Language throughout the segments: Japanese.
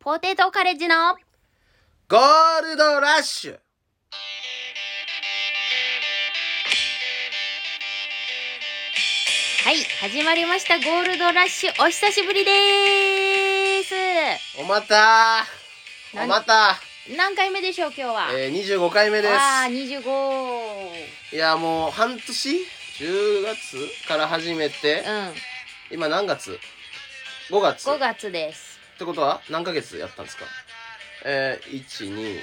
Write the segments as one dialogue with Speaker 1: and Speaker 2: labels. Speaker 1: ポテトカレッジの
Speaker 2: ゴールドラッシュ
Speaker 1: はい始まりましたゴールドラッシュお久しぶりです
Speaker 2: おまたおまた
Speaker 1: 何回目でしょう今日は、
Speaker 2: えー、25回目で
Speaker 1: ああ
Speaker 2: す
Speaker 1: 25
Speaker 2: いやもう半年10月から始めて
Speaker 1: うん
Speaker 2: 今何月 ?5 月
Speaker 1: 5月です
Speaker 2: ってことは何ヶ月やったんですかえー、12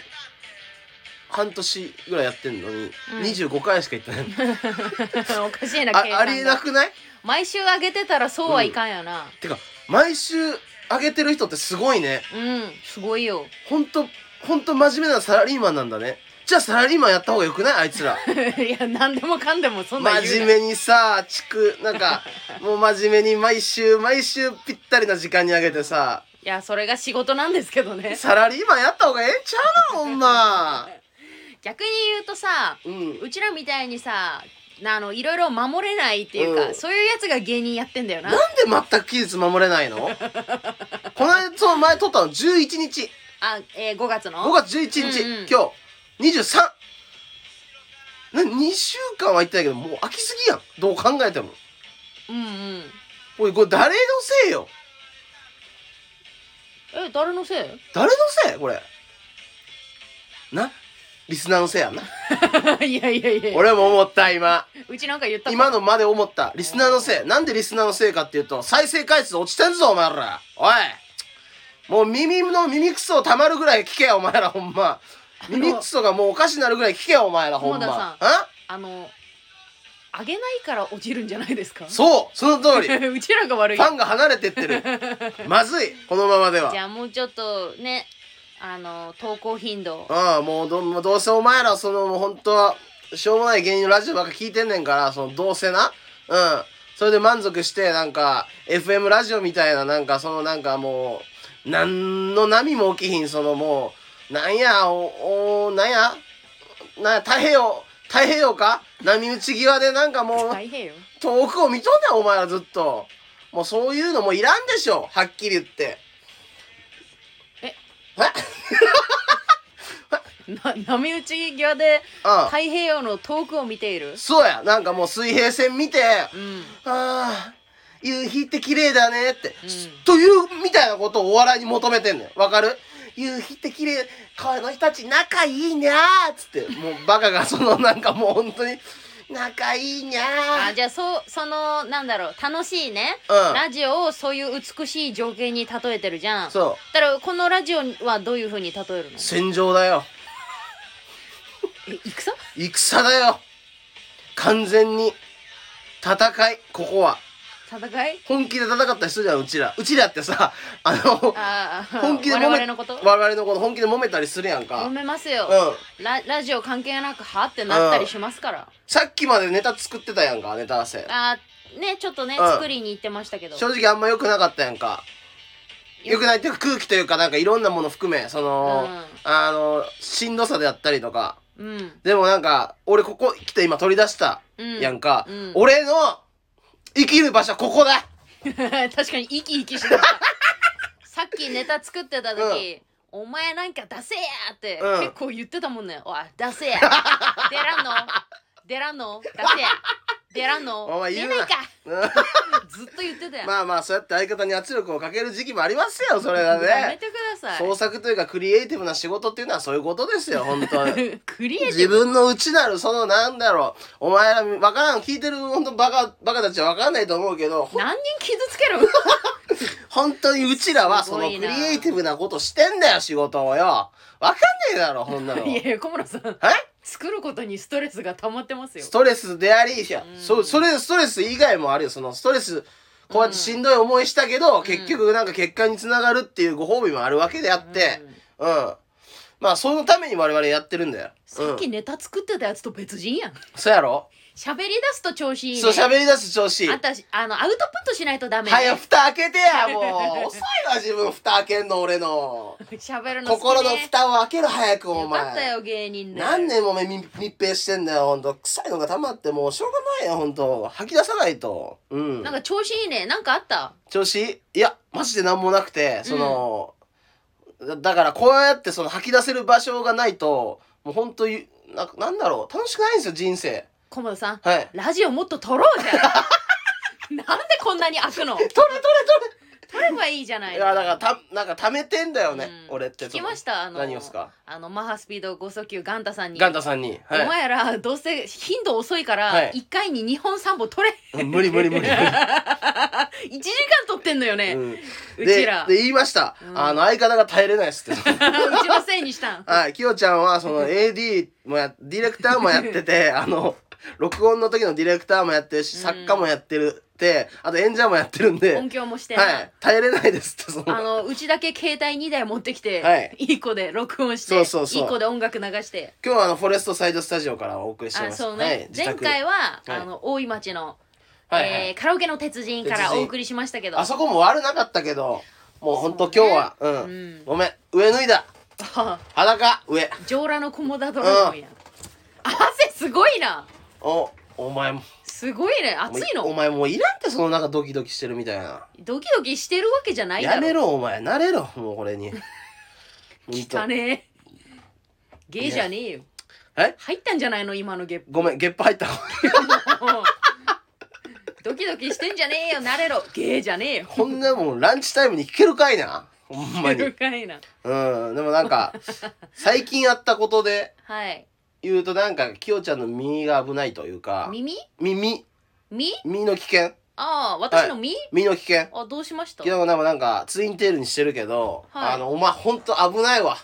Speaker 2: 半年ぐらいやってんのに、
Speaker 1: うん
Speaker 2: 25回しか行ってない
Speaker 1: おかしいな計算
Speaker 2: あ
Speaker 1: が
Speaker 2: ありえなくない
Speaker 1: 毎週上げてたらそうはいかんよな
Speaker 2: てか毎週上げてる人ってすごいね
Speaker 1: うん、すごいよ
Speaker 2: ほんとほんと真面目なサラリーマンなんだねじゃあサラリーマンやった方がよくないあいつら
Speaker 1: いや何でもかんでもそんなん言う
Speaker 2: 真面目にさ地区なんか もう真面目に毎週毎週ぴったりな時間に上げてさ
Speaker 1: いやそれが仕事なんですけどね
Speaker 2: サラリーマンやった方がええんちゃうのほ んま
Speaker 1: 逆に言うとさ
Speaker 2: うん
Speaker 1: うちらみたいにさなあのいろいろ守れないっていうか、
Speaker 2: うん
Speaker 1: そういうやつが芸人やってんだよな
Speaker 2: なんで全く期日守れ ないのこの間その前撮ったの11日
Speaker 1: あ、えー、5月の
Speaker 2: 5月11日、
Speaker 1: うんうん
Speaker 2: 今日23な2週間は行ってないけどもう飽きすぎやんどう考えても
Speaker 1: うんうん
Speaker 2: おいこれ誰のせいよ
Speaker 1: え誰の せい
Speaker 2: 誰のせいこれなリスナーのせいやんな
Speaker 1: いやいやいや
Speaker 2: 俺も思った今
Speaker 1: うちなんか言ったか
Speaker 2: 今のまで思ったリスナーのせいなんでリスナーのせいかっていうと再生回数落ちてんぞお前らおいもう耳の耳くそたまるぐらい聞けよお前らほんま
Speaker 1: の
Speaker 2: 耳くそがもうおかしになるぐらい聞けよお前らほん
Speaker 1: 浜田さ
Speaker 2: まあ
Speaker 1: あのあげないから落ちるんじゃないですか
Speaker 2: そうその通りフ
Speaker 1: うちらが悪い
Speaker 2: ァンが離れてってるまずいこのままでは
Speaker 1: じゃあもうちょっとねあの投稿頻度
Speaker 2: ああもうどもうどうせお前らそのもう本当はしょうもない芸人のラジオばっか聞いてんねんからそのどうせなうんそれで満足してなんか FM ラジオみたいななんかそのなんかもう何の波も起きひんそのもうなんやおおなんやなんや太平洋太平洋か波打ち際でなんかもう
Speaker 1: 大変よ
Speaker 2: 遠くを見とんねんお前らずっともうそういうのもいらんでしょはっきり言って
Speaker 1: え
Speaker 2: え
Speaker 1: な波打ち際で
Speaker 2: ああ
Speaker 1: 太平洋の遠くを見ている
Speaker 2: そうやなんかもう水平線見て
Speaker 1: うんうん
Speaker 2: 「ああ夕日って綺麗だね」って、というみたいなことをお笑いに求めてんのよわかる夕日って綺麗この人たち仲いいにゃーっつってもうバカがそのなんかもう本当に仲いいにゃ
Speaker 1: あ
Speaker 2: ー
Speaker 1: じゃあそうそのなんだろう楽しいね、
Speaker 2: うん
Speaker 1: ラジオをそういう美しい情景に例えてるじゃんだ
Speaker 2: そ
Speaker 1: からこのラジオはどういうふうに例えるの
Speaker 2: う戦場だよ
Speaker 1: え戦
Speaker 2: 戦だよ完全に戦いここは
Speaker 1: 戦い
Speaker 2: 本気で戦った人じゃんうちらうちらってさあの
Speaker 1: ああ
Speaker 2: 本気で
Speaker 1: 我
Speaker 2: 揉
Speaker 1: 々
Speaker 2: め
Speaker 1: のこと
Speaker 2: 我々のこと本気で揉めたりするやんか
Speaker 1: 揉めますよ、
Speaker 2: うん
Speaker 1: ララジオ関係なくはってなったりしますから、
Speaker 2: さっきまでネタ作ってたやんかネタ合わせ
Speaker 1: あーねちょっとね、
Speaker 2: うん
Speaker 1: 作りに行ってましたけど
Speaker 2: 正直あんま良くなかったやんか良くないっていうか空気というかなんかいろんなもの含めその、
Speaker 1: うん
Speaker 2: あのしんどさであったりとか
Speaker 1: うん
Speaker 2: でもなんか俺ここ来て今取り出した
Speaker 1: うん
Speaker 2: やんか、
Speaker 1: うん
Speaker 2: 俺の生きる場所はここだ
Speaker 1: 確かに生き生きしてた さっきネタ作ってた時、お前なんか出せやって
Speaker 2: うん
Speaker 1: 結構言ってたもんね、おい出せ や出らんの出らんの出せや出らんの
Speaker 2: お前
Speaker 1: 出
Speaker 2: 言う
Speaker 1: な
Speaker 2: ない
Speaker 1: か
Speaker 2: うん
Speaker 1: ずっと言ってたやん、
Speaker 2: まあまあそうやって相方に圧力をかける時期もありますよそれは
Speaker 1: やめ
Speaker 2: ね
Speaker 1: てください
Speaker 2: 創作というかクリエイティブな仕事っていうのはそういうことですよ本当に
Speaker 1: クリエイテ
Speaker 2: 自
Speaker 1: ィブ
Speaker 2: 分の内なるそのなんだろうお前ら分からん聞いてる本当バカバカたちは分かんないと思うけど ほん
Speaker 1: 何人傷つける
Speaker 2: 本当にうちらは
Speaker 1: す
Speaker 2: そ
Speaker 1: ご
Speaker 2: の
Speaker 1: い
Speaker 2: ク
Speaker 1: な
Speaker 2: リエイティブなことしてんだよ仕事をよ分かんねえだろこんな の
Speaker 1: いや
Speaker 2: え
Speaker 1: いや小村さん作ることにストレスが溜まってますよ
Speaker 2: ストレスでありいや
Speaker 1: うん
Speaker 2: そそれストレス以外もあるよそのストレスこうやってしんどい思いしたけど、結局なんか結果につながるっていうご褒美もあるわけであって
Speaker 1: うん
Speaker 2: うん、まあそのために我々やってるんだよ
Speaker 1: さっ
Speaker 2: う
Speaker 1: き
Speaker 2: ん、
Speaker 1: ネタ作ってたやつと別人やん
Speaker 2: そうやろ
Speaker 1: 喋り出すと調子いい、ね、
Speaker 2: そう喋り出す調子いい
Speaker 1: あんたしあのアウトプットしないとダメ、ね。
Speaker 2: 早蓋開けて やもう遅いわ自分蓋開けんの俺の
Speaker 1: 喋るの好き、ね。
Speaker 2: 心の蓋を開けろ早くお
Speaker 1: よかった
Speaker 2: 前
Speaker 1: よ芸人で。
Speaker 2: 何年もめ密閉してんだよほんと臭いのが溜まってもうしょうがないよほんと吐き出さないとうん
Speaker 1: なんか調子いいね。なんかあった。
Speaker 2: 調子いいいやマジで何もなくてその、だだからこうやってその吐き出せる場所がないともう本当にななんだろう楽しくないんですよ人生
Speaker 1: 小本さん
Speaker 2: はい
Speaker 1: ラジオもっと撮ろうじゃ んなんでこんなに開くの
Speaker 2: 取れ取れ
Speaker 1: 撮ればいいじゃな
Speaker 2: 取
Speaker 1: い
Speaker 2: れいやだからたなんか貯めてんだよね、
Speaker 1: うん
Speaker 2: 俺って
Speaker 1: 聞きましたあの
Speaker 2: 何をっすか
Speaker 1: あのマハスピード5速球ガンタさんに
Speaker 2: ガンタさんに、は
Speaker 1: お
Speaker 2: い、
Speaker 1: 前らどうせ頻度遅いから、
Speaker 2: は
Speaker 1: 1
Speaker 2: い
Speaker 1: 回に2本3本取れ
Speaker 2: 無理無理 無理無
Speaker 1: 1
Speaker 2: 理
Speaker 1: 時間取ってんのよね、
Speaker 2: うん
Speaker 1: う
Speaker 2: で
Speaker 1: ちら
Speaker 2: で言いました、
Speaker 1: うん
Speaker 2: あの相方が耐えれない っすって
Speaker 1: うちのせいにしたん
Speaker 2: はいきよちゃんはその AD もやディレクターもやっててあの録音の時のディレクターもやってるし、
Speaker 1: うん
Speaker 2: 作家もやってるってあと演者もやってるんで
Speaker 1: 音響もして、
Speaker 2: はい耐えれないですってそ
Speaker 1: あの
Speaker 2: の
Speaker 1: うちだけ携帯2台持ってきて、
Speaker 2: はい
Speaker 1: い、い子で録音して
Speaker 2: そうそうそう
Speaker 1: い子で音楽流して
Speaker 2: 今日はあのフォレストサイドスタジオからお送りして
Speaker 1: あ
Speaker 2: ます
Speaker 1: そうね、
Speaker 2: はい、自
Speaker 1: 前
Speaker 2: 宅
Speaker 1: 回は、
Speaker 2: い
Speaker 1: あの大井町の、
Speaker 2: はいはい
Speaker 1: えーカラオケの鉄人からお送りしましたけど
Speaker 2: あそこも悪なかったけどもうほんと今日はう,、、
Speaker 1: うんん
Speaker 2: ごめん上脱いだ裸上
Speaker 1: 上裸のコモダドラゴンや、汗すごいな
Speaker 2: おお前も
Speaker 1: すごいね暑い
Speaker 2: お
Speaker 1: の
Speaker 2: 前もういらんってそのなんかドキドキしてるみたいな
Speaker 1: ドキドキしてるわけじゃないだろ
Speaker 2: やめろお前慣れろもうこ れにほんと
Speaker 1: 汚ねえゲーじゃねえよ
Speaker 2: え
Speaker 1: 入ったんじゃないの今のゲップ
Speaker 2: ごめんゲップ入った
Speaker 1: も うドキドキしてんじゃねえよなれろゲーじゃねえよ
Speaker 2: こんなもんランチタイムに聞けるかいなほん まにう
Speaker 1: るかいな。
Speaker 2: んでもなんか最近あったことで
Speaker 1: はい。
Speaker 2: 言うとなんかきよちゃんの耳が危ないというか
Speaker 1: 耳
Speaker 2: 耳
Speaker 1: み
Speaker 2: 耳の危険
Speaker 1: ああ、私のみ、
Speaker 2: 耳の危険
Speaker 1: あ、どうしました
Speaker 2: 昨日なんかなんかツインテールにしてるけど、
Speaker 1: はい
Speaker 2: あのお前ほんと危ないわ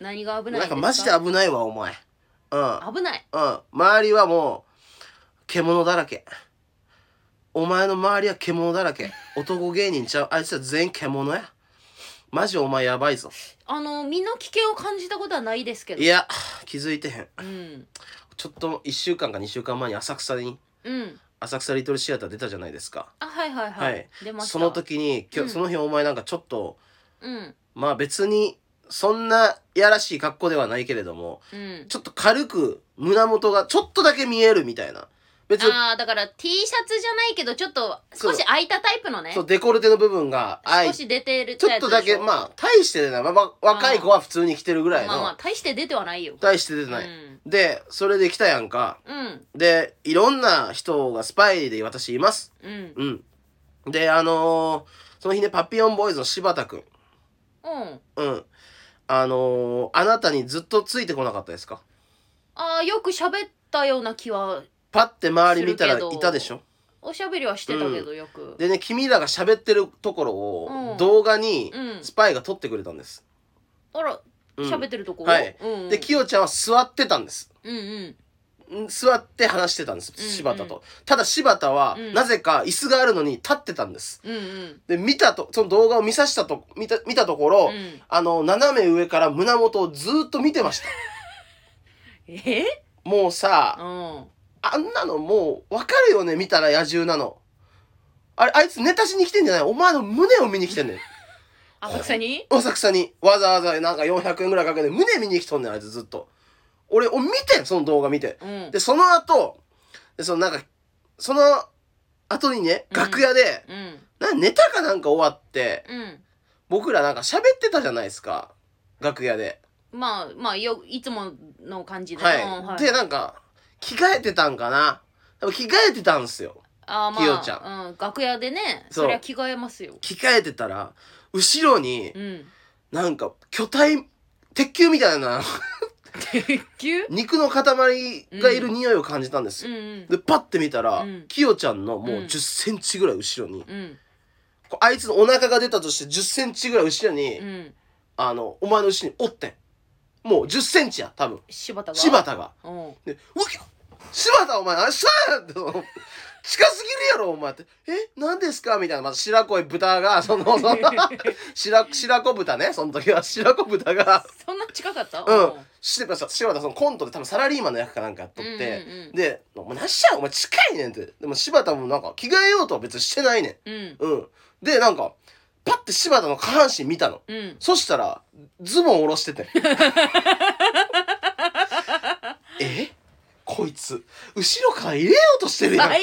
Speaker 1: 何が危ないん
Speaker 2: な
Speaker 1: です
Speaker 2: ん
Speaker 1: か
Speaker 2: かマジで危ないわお前うん
Speaker 1: 危ない。
Speaker 2: うん周りはもう獣だらけお前の周りは獣だらけ男芸人ちゃうあいつら全員獣やマジお前やば いぞ
Speaker 1: あの、身の危険を感じたことはないですけど。
Speaker 2: いや気づいてへん
Speaker 1: うん。
Speaker 2: ちょっと1週間か2週間前に浅草に
Speaker 1: うん。
Speaker 2: 浅草リトルシアター出たじゃないですか
Speaker 1: あ、はいはいはい。
Speaker 2: はい
Speaker 1: 出ました。
Speaker 2: その。時に今日、
Speaker 1: うん
Speaker 2: その日お前なんかちょっと
Speaker 1: うん。
Speaker 2: まあ別にそんなやらしい格好ではないけれども
Speaker 1: うん。
Speaker 2: ちょっと軽く胸元がちょっとだけ見えるみたいな別に
Speaker 1: ああ、だから T シャツじゃないけど、ちょっと少し空いたタイプのね。
Speaker 2: そうデコルテの部分が開い
Speaker 1: 少し出てる
Speaker 2: ちょっとだけ、
Speaker 1: あ、
Speaker 2: まあ、大して出ない。まあまあ、若い子は普通に着てるぐらい
Speaker 1: まあまあ
Speaker 2: の、、
Speaker 1: 大して出てはないよ。
Speaker 2: 大して出てない。
Speaker 1: うん。
Speaker 2: で、それで来たやんか。
Speaker 1: うん。
Speaker 2: で、いろんな人がスパイで私います。
Speaker 1: うん。
Speaker 2: うん。で、あのーその日ね、パピヨンボーイズの柴田くん。
Speaker 1: うん。
Speaker 2: うん。あのーあなたにずっとついてこなかったですか
Speaker 1: ああ、よく喋ったような気は、
Speaker 2: パッて周り見たら
Speaker 1: するけど
Speaker 2: いたでしょ
Speaker 1: おしゃべりはしてたけど、よく。
Speaker 2: でね、君らが喋ってるところ
Speaker 1: う
Speaker 2: を
Speaker 1: ん
Speaker 2: 動画に
Speaker 1: うん
Speaker 2: スパイが撮ってくれたんです。
Speaker 1: あら、
Speaker 2: うん
Speaker 1: 喋ってるとこ、
Speaker 2: はい
Speaker 1: うんうん、
Speaker 2: で、きよちゃんは座ってたんです。
Speaker 1: うんうん
Speaker 2: ん座って話してたんです
Speaker 1: うんうん
Speaker 2: 柴田と、ただ柴田は、
Speaker 1: うん
Speaker 2: なぜか椅子があるのに立ってたんです
Speaker 1: うんうん
Speaker 2: で見たとその動画を見さしたと見た見たところ、
Speaker 1: うん
Speaker 2: あの斜め上から胸元をずーっと見てました
Speaker 1: え
Speaker 2: もうさ
Speaker 1: うん
Speaker 2: あんなのもう分かるよね見たら野獣なのあれあいつネタしに来てんじゃないお前の胸を見に来てんねん
Speaker 1: 浅草に
Speaker 2: 大阪さんにわざわざなんか400円ぐらいかけて胸見に来とんねんあいつずっと俺を見てその動画見て
Speaker 1: うん
Speaker 2: でその後でそのなんかその後にね
Speaker 1: うん
Speaker 2: 楽屋で、
Speaker 1: うん
Speaker 2: なネタかなんか終わって
Speaker 1: うん
Speaker 2: 僕らなんか喋ってたじゃないですか楽屋で、
Speaker 1: まあまあよいつもの感じで、
Speaker 2: はい、
Speaker 1: うんはい、
Speaker 2: でなんか着替えてたんかなでも着替えてたんすよ
Speaker 1: あーまあ
Speaker 2: きよちゃ
Speaker 1: うん、楽屋でね
Speaker 2: そう
Speaker 1: そりゃ着替えますよ
Speaker 2: 着替えてたら後ろに
Speaker 1: うん
Speaker 2: なんか巨体鉄球みたいな
Speaker 1: 鉄球
Speaker 2: 肉の塊がいる匂いを感じたんです
Speaker 1: う
Speaker 2: よ、
Speaker 1: んうん
Speaker 2: でパッて見たら、
Speaker 1: うん
Speaker 2: キヨちゃんのもううん1 0ンチぐらい後ろに、
Speaker 1: うん
Speaker 2: こうあいつのお腹が出たとして1 0ンチぐらい後ろに、
Speaker 1: うん
Speaker 2: あのお前の後ろにおってんもう1 0ンチや多分
Speaker 1: 柴田が
Speaker 2: 柴田が
Speaker 1: うん
Speaker 2: で、うわ柴田お前、あれさあって、その近すぎるやろ、お前って。え、何ですかみたいな、また白子豚が、その、その白、白子豚ね、その時は、白子豚が、
Speaker 1: そんな近かった
Speaker 2: うん、してください。柴田、そのコントで多分サラリーマンの役かなんかやっとって、
Speaker 1: うんうんうん
Speaker 2: で、お前、なっしゃお前近いねんって。でも柴田もなんか、着替えようとは別にしてないね
Speaker 1: うん
Speaker 2: ん。うん。で、なんか、パッて柴田の下半身見たの。
Speaker 1: うん
Speaker 2: そしたら、ズボン下ろして て。えこいつ、後ろから入れようとしてる
Speaker 1: 最
Speaker 2: やん。
Speaker 1: 悪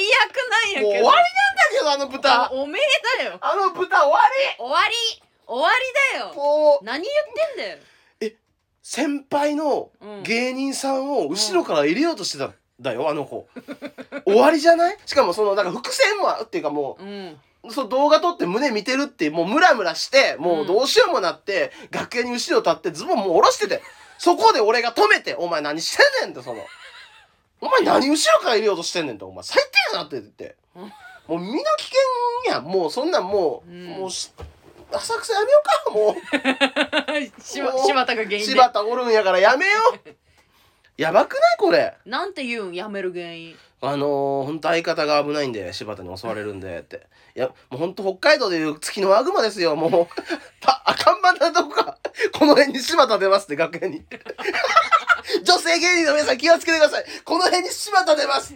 Speaker 1: な
Speaker 2: も
Speaker 1: ん
Speaker 2: う
Speaker 1: や
Speaker 2: 終わり
Speaker 1: け
Speaker 2: なん
Speaker 1: ど
Speaker 2: だけど、あの豚。
Speaker 1: おおめえだよ
Speaker 2: あの豚終わり
Speaker 1: 終わり終わりだよ
Speaker 2: こう
Speaker 1: 何言ってんだよ
Speaker 2: 先輩の
Speaker 1: うん
Speaker 2: 芸人さんを後ろから入れようとしてたんだよあの子終わりじゃないしかもそのなんか伏線もあっていうかも
Speaker 1: うん
Speaker 2: うその動画撮って胸見てるってもうムラムラしてもううんどうしようもなって、楽屋に後ろ立ってズボンもう下ろしててそこで俺が止めて「お前何してんねん」ってその「お前何後ろから入れようとしてんねん」って「お前最低やな」って言って
Speaker 1: うん
Speaker 2: もう身の危険やんもうそんなんもう、
Speaker 1: うん
Speaker 2: もうし浅草やめようかも う。
Speaker 1: 柴柴田が原因で
Speaker 2: 柴田おるんやからやめようやばくないこれ
Speaker 1: なんて言うんやめる原因
Speaker 2: あのー、ほんと相方が危ないんで柴田に襲われるんでっていやもうほんと北海道でいう月の悪魔ですよもう た看板だとかこの辺に柴田出ますって楽屋に 女性芸人の皆さん気をつけてくださいこの辺に柴田出ます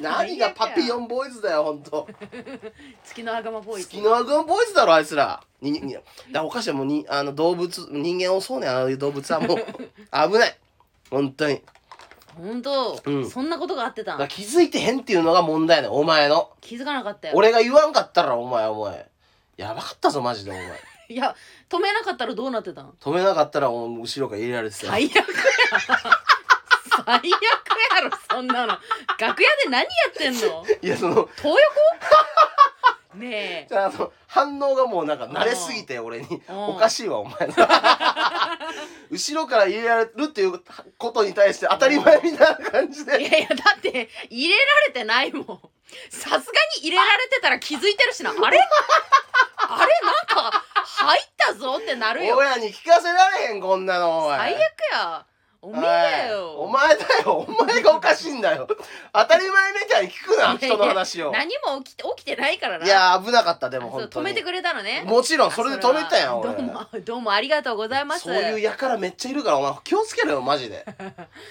Speaker 2: 何がパピヨ
Speaker 1: ン
Speaker 2: ンボーイズだよほんと
Speaker 1: 月の悪魔ボーイズ
Speaker 2: 月の悪魔ボーイズだろあいつらににだからおかしいもうにあの動物人間をそうねんああいう動物 はもう危ない本当に
Speaker 1: 本当、
Speaker 2: うん
Speaker 1: そんなことがあってた
Speaker 2: だから
Speaker 1: ん
Speaker 2: 気づいてへんっていうのが問題ねお前の
Speaker 1: 気づかなかったよ
Speaker 2: 俺が言わんかったらお前お前やばかったぞマジでお前
Speaker 1: いや止めなかったらどうなってたん
Speaker 2: 止めなかったらお前後ろから入れられてたよ
Speaker 1: 最悪や最悪やろそんなの楽屋で何やってんの
Speaker 2: いやその
Speaker 1: 東横 ねえ
Speaker 2: じゃあその反応がもうなんか慣れすぎて俺に
Speaker 1: うん
Speaker 2: おかしいわお前の後ろから入れられるっていうことに対して当たり前みたいな感じ
Speaker 1: い
Speaker 2: で
Speaker 1: やいやだって入れられてないもんさすがに入れられてたら気づいてるしなあれあれなんか入ったぞってなるよ
Speaker 2: 親に聞かせられへんこんなのお前
Speaker 1: 最悪やおめえだよ
Speaker 2: おいお前だよお前がおかしいんだよ当たり前みたいに聞くない
Speaker 1: やいや
Speaker 2: 人の話を
Speaker 1: 何も起きて起きてないからない
Speaker 2: や危なかったで
Speaker 1: で
Speaker 2: も本当
Speaker 1: 止
Speaker 2: に
Speaker 1: めてくれたのね
Speaker 2: もちろんそれで止めたよ
Speaker 1: あそれ
Speaker 2: 俺
Speaker 1: はどうもどうもありがとうございます
Speaker 2: そういうやからめっちゃいるからお前気をつけろよマ ジで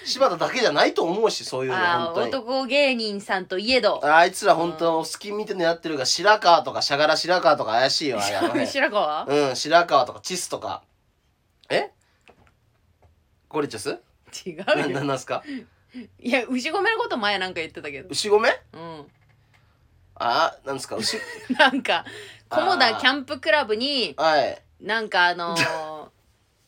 Speaker 2: 柴田だけじゃないと思うしそういうの
Speaker 1: あー
Speaker 2: 本当に
Speaker 1: 男芸人さんといえど
Speaker 2: あいつら本当隙見て狙ってるから白川とかシャガラ白川とか 怪しいよあれあの辺
Speaker 1: 白川
Speaker 2: うん白川とかチスとかえゴリチャス
Speaker 1: 違
Speaker 2: な
Speaker 1: うよ
Speaker 2: なんなんすか
Speaker 1: いや牛込めのこと前なんか言ってたけど
Speaker 2: 牛込め
Speaker 1: うん
Speaker 2: あなんですか牛
Speaker 1: なんか
Speaker 2: あー
Speaker 1: 菰田キャンプクラブに
Speaker 2: はい
Speaker 1: なんかあのー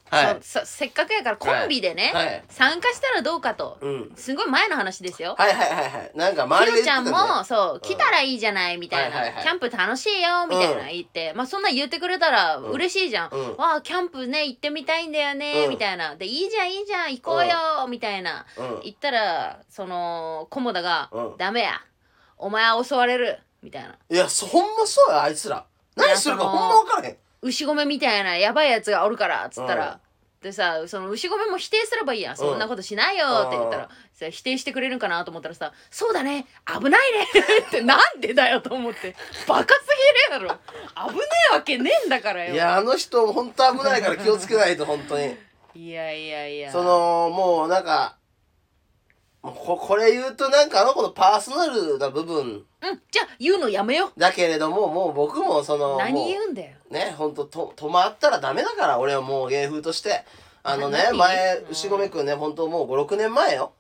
Speaker 2: はい
Speaker 1: そそせっかくやからコンビでね、
Speaker 2: はい
Speaker 1: 参加したらどうかと、
Speaker 2: うん
Speaker 1: すごい前の話ですよ。
Speaker 2: はいはいはいはいなん
Speaker 1: ひ
Speaker 2: か周り
Speaker 1: ろ
Speaker 2: で
Speaker 1: ちゃ
Speaker 2: 言
Speaker 1: ん
Speaker 2: ってたね
Speaker 1: も、そう、来たらいいじゃない、みたいな、
Speaker 2: はいはいはい
Speaker 1: キャンプ楽しいよ、みたいな言って、まあそんなん言ってくれたら
Speaker 2: うん
Speaker 1: 嬉しいじゃん。
Speaker 2: うん
Speaker 1: わあ、キャンプね、行ってみたいんだよね、
Speaker 2: うん
Speaker 1: みたいな。で、いいじゃん、いいじゃん、行こうよ、みたいな。
Speaker 2: うん
Speaker 1: 言ったら、その、菰田が、
Speaker 2: うん
Speaker 1: ダメや。お前は襲われる、みたいな。
Speaker 2: いやそほんまそうやあいつら何するか
Speaker 1: いや
Speaker 2: ほ
Speaker 1: その
Speaker 2: んま分からへん
Speaker 1: 牛込みたいなやばいやつがおるからっつったら、
Speaker 2: うん
Speaker 1: でさその牛込も否定すればいいやん、そんなことしないよって言った
Speaker 2: うん
Speaker 1: らさ否定してくれるんかなと思ったらさ「そうだね危ないね」 ってなんでだよと思ってバカすぎるやろ危ねえわけねえんだからよ
Speaker 2: いやあの人本当危ないから気をつけないと本当に
Speaker 1: いやいやいや
Speaker 2: そのもうなんかもうここれ言うとなんかあの子のパーソナルな部分
Speaker 1: うんじゃあ言うのやめよ
Speaker 2: だけれどももう僕もその
Speaker 1: 何言
Speaker 2: も
Speaker 1: うんだよ
Speaker 2: うね本当と止まったらダメだから俺はもう芸風としてあのね
Speaker 1: 何
Speaker 2: 前
Speaker 1: うん
Speaker 2: 牛込くんね本当もう56年前よ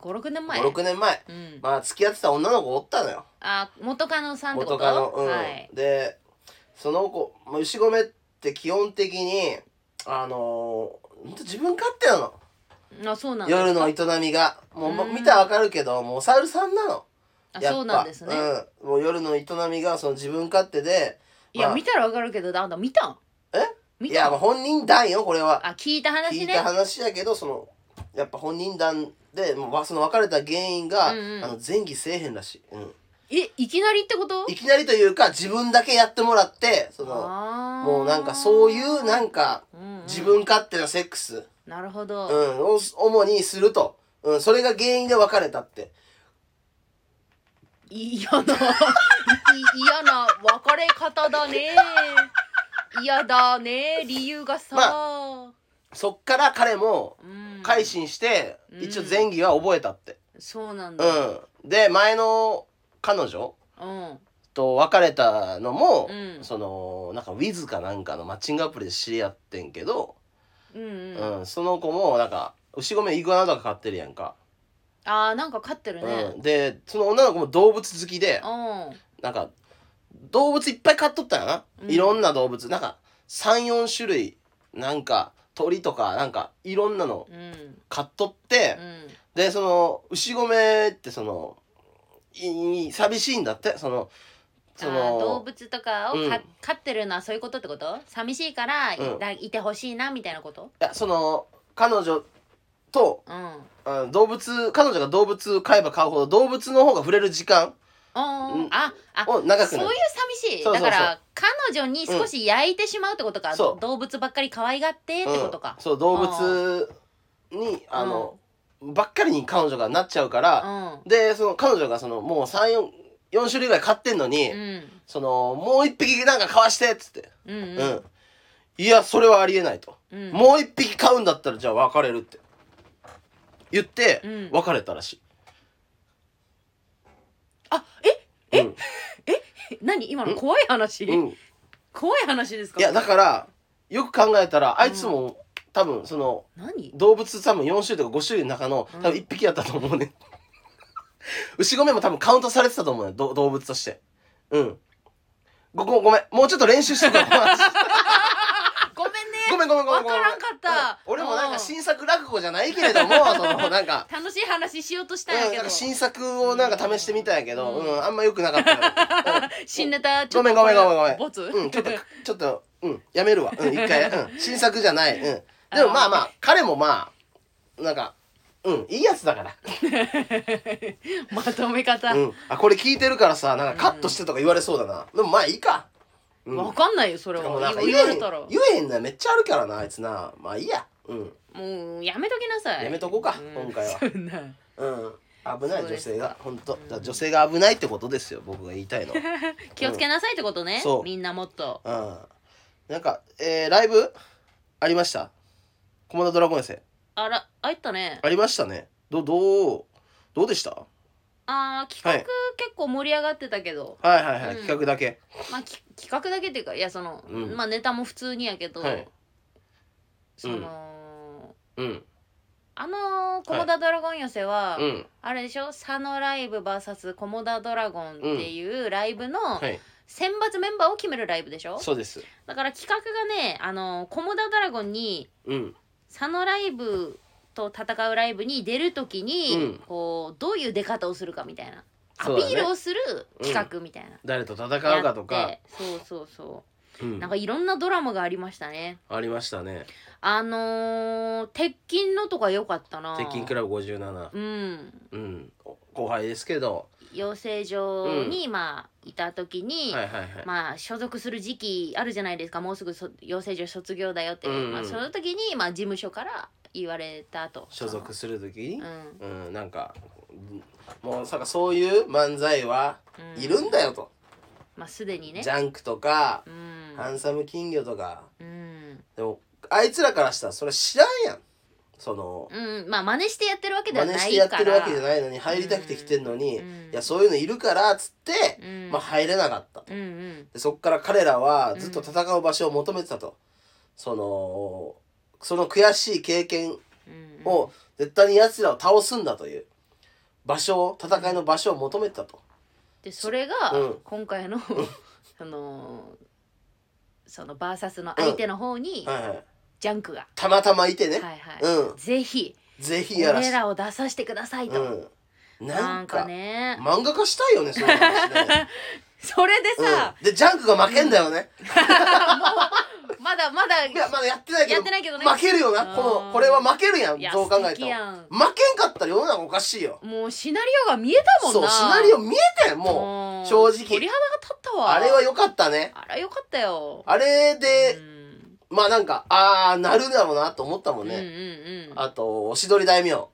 Speaker 1: 56年前
Speaker 2: 56年前
Speaker 1: うん、
Speaker 2: まあ付き合ってた女の子おったのよ
Speaker 1: あ元カノさんってこと
Speaker 2: 元カノ、うん
Speaker 1: はい、
Speaker 2: でその子まあ牛込って基本的にあのー、ほんと自分勝手なの
Speaker 1: あそうなんです
Speaker 2: 夜の営みがもうま
Speaker 1: うん
Speaker 2: 見たらわかるけどもうお猿さんなの
Speaker 1: あ
Speaker 2: やっぱ
Speaker 1: そうなんですね、
Speaker 2: うん、もう夜の営みがその自分勝手で
Speaker 1: いや
Speaker 2: まあ
Speaker 1: 見たらわかるけどあんた見たん
Speaker 2: え
Speaker 1: 見
Speaker 2: い
Speaker 1: た
Speaker 2: や
Speaker 1: ん
Speaker 2: まあ本人談よこれは
Speaker 1: あ聞いた話ね
Speaker 2: 聞いた話やけどそのやっぱ本人談でもうわその別れた原因が、
Speaker 1: うんうん
Speaker 2: あの前戯せえへんらしい、うん、
Speaker 1: えいきなりってこと
Speaker 2: いきなりというか自分だけやってもらってその
Speaker 1: も
Speaker 2: もうなんかそういうなんか自分勝手なセックス、
Speaker 1: なるほ
Speaker 2: う
Speaker 1: ど、
Speaker 2: ん、を主にすると、うん、それが原因で別れたって
Speaker 1: 嫌ない嫌な別れ方だね嫌だね理由がさ、
Speaker 2: まそっから彼も
Speaker 1: うん
Speaker 2: 改心して、
Speaker 1: うん
Speaker 2: 一応前戯は覚えたって、
Speaker 1: そうなん
Speaker 2: う
Speaker 1: だ
Speaker 2: んで前の彼女
Speaker 1: うん
Speaker 2: と別れたのも、
Speaker 1: うん
Speaker 2: そのなんかウィズかなんかのマッチングアプリで知り合ってんけど、
Speaker 1: うんうん
Speaker 2: うんその子もなんか牛込イグアナとか飼ってるやんか、
Speaker 1: あーなんか飼ってるね
Speaker 2: うん、でその女の子も動物好きで
Speaker 1: うん
Speaker 2: なんか動物いっぱい飼っとったよな、
Speaker 1: うん
Speaker 2: いろんな動物なんか34種類なんか鳥とかなんかいろんなの
Speaker 1: うん
Speaker 2: 買っとって、
Speaker 1: うん
Speaker 2: でその牛込ってそのいい寂しいんだってそのそ
Speaker 1: あー動
Speaker 2: の
Speaker 1: 物とかをか、
Speaker 2: うん
Speaker 1: 飼ってるのはそういうことってこと寂しいからい,、
Speaker 2: うん
Speaker 1: いてほしいなみたいなこと
Speaker 2: いやその彼女と
Speaker 1: うん
Speaker 2: あ動物彼女が動物飼えば飼うほど動物の方が触れる時間
Speaker 1: うん
Speaker 2: うん
Speaker 1: ああ
Speaker 2: を長く
Speaker 1: そう
Speaker 2: な
Speaker 1: いう
Speaker 2: る
Speaker 1: 寂しい
Speaker 2: そうそうそう
Speaker 1: だから彼女に少し焼いてしまうってことか、
Speaker 2: そう
Speaker 1: 動物ばっかり可愛がってってことか
Speaker 2: うん、そう動物にあの、ばっかりに彼女がなっちゃうか
Speaker 1: う
Speaker 2: ら、
Speaker 1: ん
Speaker 2: でその彼女がそのもう34 4種類ぐらい飼ってんのに、
Speaker 1: うん
Speaker 2: そのもう一匹なんか飼わしてっつって、
Speaker 1: うん
Speaker 2: う
Speaker 1: うんん
Speaker 2: いやそれはありえないと、
Speaker 1: うん
Speaker 2: もう一匹飼うんだったらじゃあ別れるって言って、
Speaker 1: うん
Speaker 2: 別れたらしい
Speaker 1: あえ
Speaker 2: え、
Speaker 1: 何今の怖い話、
Speaker 2: うんうん、い
Speaker 1: 怖い話ですか
Speaker 2: やだからよく考えたらあいつも、多分その
Speaker 1: 何
Speaker 2: 動物多分4種類とか5種類の中の
Speaker 1: うん
Speaker 2: 多分1匹やったと思うね、 牛込も多分カウントされてたと思うねど動物としてうんごごごめんもうちょっと練習してく
Speaker 1: ご
Speaker 2: れ
Speaker 1: めんね
Speaker 2: ご めんごめんごめ
Speaker 1: わ
Speaker 2: んごめん
Speaker 1: からんかった
Speaker 2: うん俺もなん
Speaker 1: う
Speaker 2: か
Speaker 1: ん
Speaker 2: 新作落語じゃないけれ どもそのなんか
Speaker 1: 楽しい話しようとしたんや
Speaker 2: うん
Speaker 1: け
Speaker 2: な
Speaker 1: ど、
Speaker 2: んか新作をなんか試してみたんやけど、う
Speaker 1: うんん
Speaker 2: あんま良くな かったよ、
Speaker 1: 新ネタ
Speaker 2: ごめんごめんごめんごめん
Speaker 1: ボツ、
Speaker 2: うん、うん、 ちょっとちょっと、うん、やめるわ、うん、一回、うん、新作じゃない、うん、でもまあまあ彼もまあなんかうんいいやつ だから
Speaker 1: まとめ方、
Speaker 2: うん、あこれ聞いてるからさなんかカットしてとか言われそうだな、でもまあいいか、うん、
Speaker 1: わかんないよそれ
Speaker 2: でもな
Speaker 1: は
Speaker 2: んか
Speaker 1: 言
Speaker 2: 言
Speaker 1: 言わ
Speaker 2: えへ
Speaker 1: れ
Speaker 2: ん
Speaker 1: たら
Speaker 2: 言えへんなめっちゃあるからなあいつなまあいいやうん、
Speaker 1: もうやめときなさい
Speaker 2: やめとこうか今回は
Speaker 1: そんな
Speaker 2: うん、危な
Speaker 1: そう
Speaker 2: い女
Speaker 1: です
Speaker 2: 性が本当、だから女性が危ないってことですよ僕が言いたいのは
Speaker 1: 気をつけなさいってことね、
Speaker 2: そう
Speaker 1: みんなもっと
Speaker 2: うんなんかえー、ライブありましたコモダドラゴン生
Speaker 1: あらあいったね
Speaker 2: ありましたねどどうどうでしたは
Speaker 1: あー企
Speaker 2: は
Speaker 1: 画結構盛り上がってたけど、
Speaker 2: いはいはい、
Speaker 1: うん
Speaker 2: 企画だけ
Speaker 1: まあき企画だけっていうかいやその、
Speaker 2: うん
Speaker 1: まあネタも普通にやけど、
Speaker 2: はい
Speaker 1: その、
Speaker 2: うん
Speaker 1: あのー「コモダドラゴン寄せは」
Speaker 2: うん
Speaker 1: あれでしょ佐野ライブ VS コモダドラゴンっていうライブの
Speaker 2: はい
Speaker 1: 選抜メンバーを決めるライブでしょ、
Speaker 2: そうです
Speaker 1: だから企画がねあのコモダドラゴンに
Speaker 2: うん
Speaker 1: 佐野ライブと戦うライブに出るときに、
Speaker 2: うん
Speaker 1: こうどういう出方をするかみたいなアピ
Speaker 2: そうだね
Speaker 1: ールをする企画みたいな、
Speaker 2: 誰と戦うかと
Speaker 1: やっ
Speaker 2: か
Speaker 1: て、そうそうそううんなん、かいろんなドラマがありましたね
Speaker 2: ありましたね
Speaker 1: あのー、鉄筋のとか良かったな
Speaker 2: 鉄筋クラブ57
Speaker 1: うん
Speaker 2: うんお後輩ですけど
Speaker 1: 養成所に、まあいた時に、
Speaker 2: はいはいはい、
Speaker 1: まあ所属する時期あるじゃないですかもうすぐそ養成所卒業だよって、
Speaker 2: うんうん
Speaker 1: まあ、その時に、まあ、事務所から言われたと
Speaker 2: 所属する時
Speaker 1: う
Speaker 2: に
Speaker 1: ん、うん
Speaker 2: うん、なんかうんもうなんかそういう漫才は
Speaker 1: うん
Speaker 2: いるんだよと、
Speaker 1: まあすでにね
Speaker 2: ジャンクとか
Speaker 1: う、ん
Speaker 2: ハンサム金魚とか
Speaker 1: うん
Speaker 2: でもあいつらからしたらそれ知らんやんその
Speaker 1: うんまあ真似してやってるわけでは
Speaker 2: 真
Speaker 1: な
Speaker 2: 似
Speaker 1: いから
Speaker 2: してやってるわけじゃ
Speaker 1: い、
Speaker 2: ないのに入りたくて来てんのに、
Speaker 1: うん
Speaker 2: いやそういうのいるからっつって、
Speaker 1: うん、
Speaker 2: まあ入れなかったと
Speaker 1: うんうん
Speaker 2: でそっから彼らはずっと戦う場所を求めてたと、そのその悔しい経験
Speaker 1: うんうん
Speaker 2: を絶対に奴らを倒すんだという場所を戦いの場所を求めてたと、
Speaker 1: でそれが
Speaker 2: うん
Speaker 1: 今回 の、そのそのバーサスの相手の方に
Speaker 2: はいはい、
Speaker 1: ジャンクが、
Speaker 2: たまたまいてね、
Speaker 1: はいはい、
Speaker 2: うん
Speaker 1: ぜひ
Speaker 2: ぜひやら
Speaker 1: 俺
Speaker 2: し
Speaker 1: らを出させてくださいと、
Speaker 2: うん、
Speaker 1: な
Speaker 2: なんん
Speaker 1: か
Speaker 2: か
Speaker 1: ね
Speaker 2: 漫画化したいよねそういう話 ね、
Speaker 1: それでさ、
Speaker 2: うん、でジャンクが負けんだよね、
Speaker 1: まだまだ
Speaker 2: いやまだやってないけど
Speaker 1: やってないけどね
Speaker 2: 負けるよなこ
Speaker 1: う
Speaker 2: の
Speaker 1: ん
Speaker 2: これは負けるやん
Speaker 1: いや
Speaker 2: どう考えたら
Speaker 1: 素
Speaker 2: 負け
Speaker 1: 敵
Speaker 2: ん
Speaker 1: やん
Speaker 2: かったら世の中おかしいよ
Speaker 1: もうシナリオが見えたもん
Speaker 2: そう
Speaker 1: な
Speaker 2: シナリオ見えてん
Speaker 1: う
Speaker 2: も
Speaker 1: ん
Speaker 2: う正
Speaker 1: 鳥肌
Speaker 2: 直
Speaker 1: が立ったわ
Speaker 2: あれは良かったね
Speaker 1: あれよかったよ
Speaker 2: あれで
Speaker 1: う、ん
Speaker 2: まあなんかああなるだろうなと思ったもん
Speaker 1: うん
Speaker 2: ね、
Speaker 1: うんうん
Speaker 2: あとおしどり大名
Speaker 1: お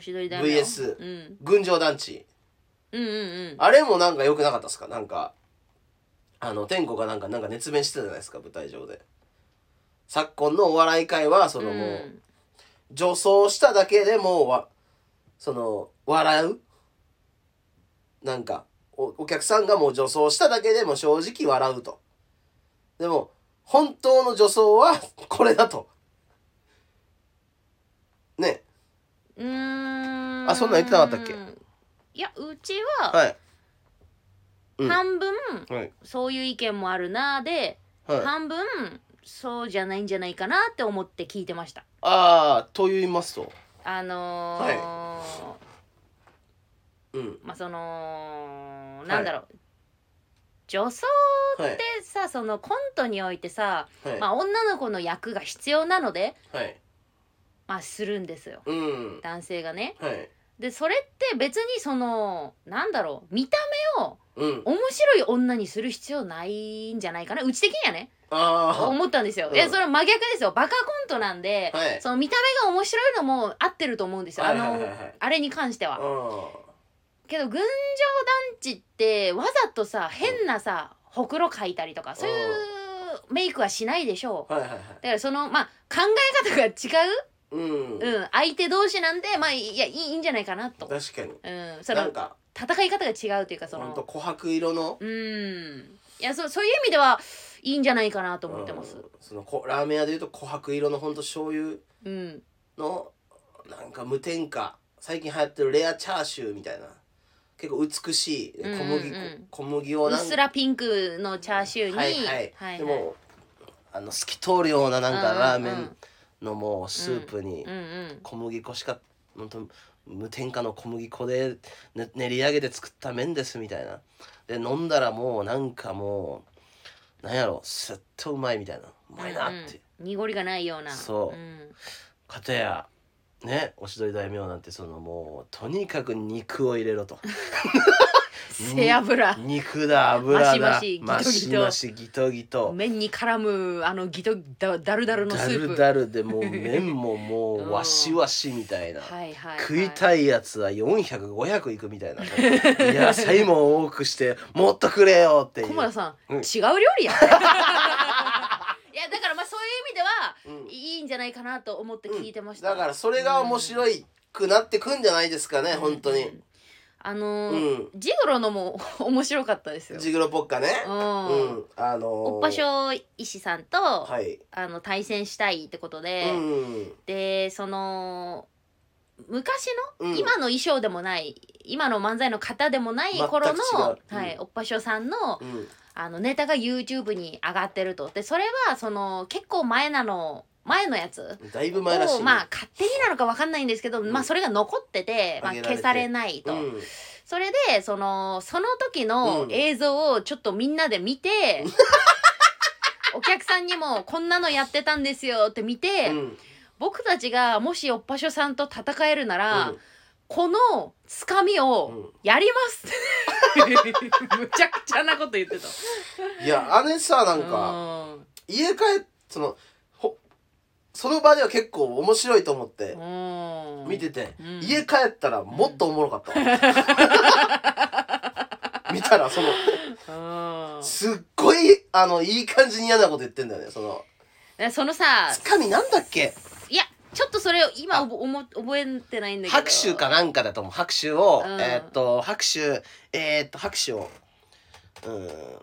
Speaker 1: しどりだよ
Speaker 2: VS
Speaker 1: うん
Speaker 2: 群青団地
Speaker 1: うんうん
Speaker 2: あれもなんか良くなかったですかなんかあの天子がなんかなんか熱弁してたじゃないですか舞台上で昨今のお笑い界はそ
Speaker 1: うん
Speaker 2: のもう、
Speaker 1: うん
Speaker 2: 女装しただけでもうわその笑うなんかおお客さんがもう女装しただけでも正直笑うとでも本当の女装は これだとね
Speaker 1: うーん
Speaker 2: あそんなん言ってなかったっけ
Speaker 1: いやうちは
Speaker 2: はいうん
Speaker 1: 半分
Speaker 2: はい
Speaker 1: そういう意見もあるなーで
Speaker 2: はい
Speaker 1: 半分そうじゃないんじゃないかなって思って聞いてました
Speaker 2: ああと言いますと
Speaker 1: あのー
Speaker 2: うん
Speaker 1: まあその
Speaker 2: い
Speaker 1: なんだろう、女装
Speaker 2: はい
Speaker 1: ってさそのコントにおいてさ、
Speaker 2: はい、
Speaker 1: まあ、女の子の役が必要なので、
Speaker 2: はい
Speaker 1: まあ、するんですよ
Speaker 2: うん
Speaker 1: 男性がね。
Speaker 2: はい
Speaker 1: でそれって別にそのなんだろう見た目を
Speaker 2: うん
Speaker 1: 面白い女にする必要ないんじゃないかなうち的にはね
Speaker 2: あ
Speaker 1: 思ったんですよ。
Speaker 2: うん
Speaker 1: いやそれは真逆ですよバカコントなんで、
Speaker 2: はい
Speaker 1: その見た目が面白いのも合ってると思うんですよ、
Speaker 2: はいはいはいは
Speaker 1: あ
Speaker 2: い
Speaker 1: のあれに関しては
Speaker 2: あ。うん
Speaker 1: けど群青団地ってわざとさ変なさ、ほくろ描いたりとかそういうメイクはしないでしょう
Speaker 2: はいはいは
Speaker 1: だ
Speaker 2: い
Speaker 1: からそのまあ考え方が違う、
Speaker 2: うん、
Speaker 1: うん、相手同士なんでまあいやいいいいんじゃないかなと、
Speaker 2: 確かに
Speaker 1: うん、そ
Speaker 2: な
Speaker 1: の
Speaker 2: んか
Speaker 1: 戦い方が違うというかそ
Speaker 2: ほんと
Speaker 1: の
Speaker 2: 琥珀色の
Speaker 1: うんいやそうそういう意味ではいいんじゃないかなと思ってます
Speaker 2: うん、そのこラーメン屋でいうと琥珀色のほんと醤油
Speaker 1: うん
Speaker 2: のなんか無添加最近流行ってるレアチャーシューみたいな結構美しい小麦
Speaker 1: うんうんうん
Speaker 2: 小麦を
Speaker 1: うっ
Speaker 2: なん
Speaker 1: すらピンクのチャーシューに
Speaker 2: はいはい、でもあの透き通るようななんか
Speaker 1: うん
Speaker 2: ラーメンのもうスープに
Speaker 1: うんうん
Speaker 2: 小麦粉しか本当無添加の小麦粉で、ね、練り上げて作った麺ですみたいなで飲んだらもうなんかもうなんやろすっとうまいみたいなうまいなって、
Speaker 1: うん濁りがないような
Speaker 2: そ
Speaker 1: う
Speaker 2: う
Speaker 1: ん
Speaker 2: かたやねおしどり大名なんてそのもうとにかく肉を入れろと
Speaker 1: 背脂
Speaker 2: 肉だ油だ
Speaker 1: マシ
Speaker 2: マ
Speaker 1: マシギトギ
Speaker 2: シ
Speaker 1: ト
Speaker 2: マシギトギト
Speaker 1: 麺に絡むあのギトだだるだるのス
Speaker 2: だ
Speaker 1: ープ
Speaker 2: るだるでもう麺もも
Speaker 1: うん
Speaker 2: うわしわしみたいな、
Speaker 1: はいはい、はい、
Speaker 2: 食いたいやつは400500いくみたいな野菜も多くしてもっとくれよっていう
Speaker 1: 駒田さん、
Speaker 2: う
Speaker 1: 違
Speaker 2: ん
Speaker 1: う料理や いやだからまあそういう意味では
Speaker 2: うん
Speaker 1: いいんじゃないかなと思って聞いてました、
Speaker 2: だからそれが面白いくなってくんじゃないですかね、本当に
Speaker 1: あの
Speaker 2: う
Speaker 1: ー
Speaker 2: ん
Speaker 1: ジグロのも面白かったですよ、
Speaker 2: ジグロポッカね
Speaker 1: う
Speaker 2: うんん、あのー、
Speaker 1: おっぱしょ医師さんと、
Speaker 2: はい、
Speaker 1: あの対戦したいってことで、
Speaker 2: うん
Speaker 1: でその昔の
Speaker 2: うん
Speaker 1: 今の衣装でもない今の漫才の方でもない頃の
Speaker 2: 全、く違う
Speaker 1: はい、
Speaker 2: うん
Speaker 1: おっぱしょさんの
Speaker 2: うん
Speaker 1: あのネタが YouTube に上がってるとでそれはその結構前なの前のやつ
Speaker 2: だいぶ
Speaker 1: を
Speaker 2: 前らしいね、
Speaker 1: まあ勝手になのか分かんないんですけど、
Speaker 2: ん
Speaker 1: まあそれが残ってて、まあ、
Speaker 2: 上げられ
Speaker 1: 消
Speaker 2: て
Speaker 1: されないと、
Speaker 2: うん
Speaker 1: それでそのその時の
Speaker 2: うん
Speaker 1: 映像をちょっとみんなで見 て、お客さんにもこんなのやってたんですよって見て、
Speaker 2: うん
Speaker 1: 僕たちがもしおっぱしょさんと戦えるなら、このつかみをやりますっ てむちゃくちゃなこと言ってた。
Speaker 2: うんいやあれさなんか
Speaker 1: か
Speaker 2: 家帰っそのほその場では結構面白いと思って見
Speaker 1: 見
Speaker 2: てて、
Speaker 1: うん
Speaker 2: 家帰ったらもっとおもろかったわ、 見たらそのすっごいあのいい感じに嫌なこと言ってんだよねその
Speaker 1: そのさ
Speaker 2: つかみなんだっけ
Speaker 1: いやちょっとそれを今
Speaker 2: あ
Speaker 1: おぼおも覚えてないんだけど
Speaker 2: 拍手かなんかだと思う拍手を、
Speaker 1: うん
Speaker 2: えーっと拍手えーっと拍手をうん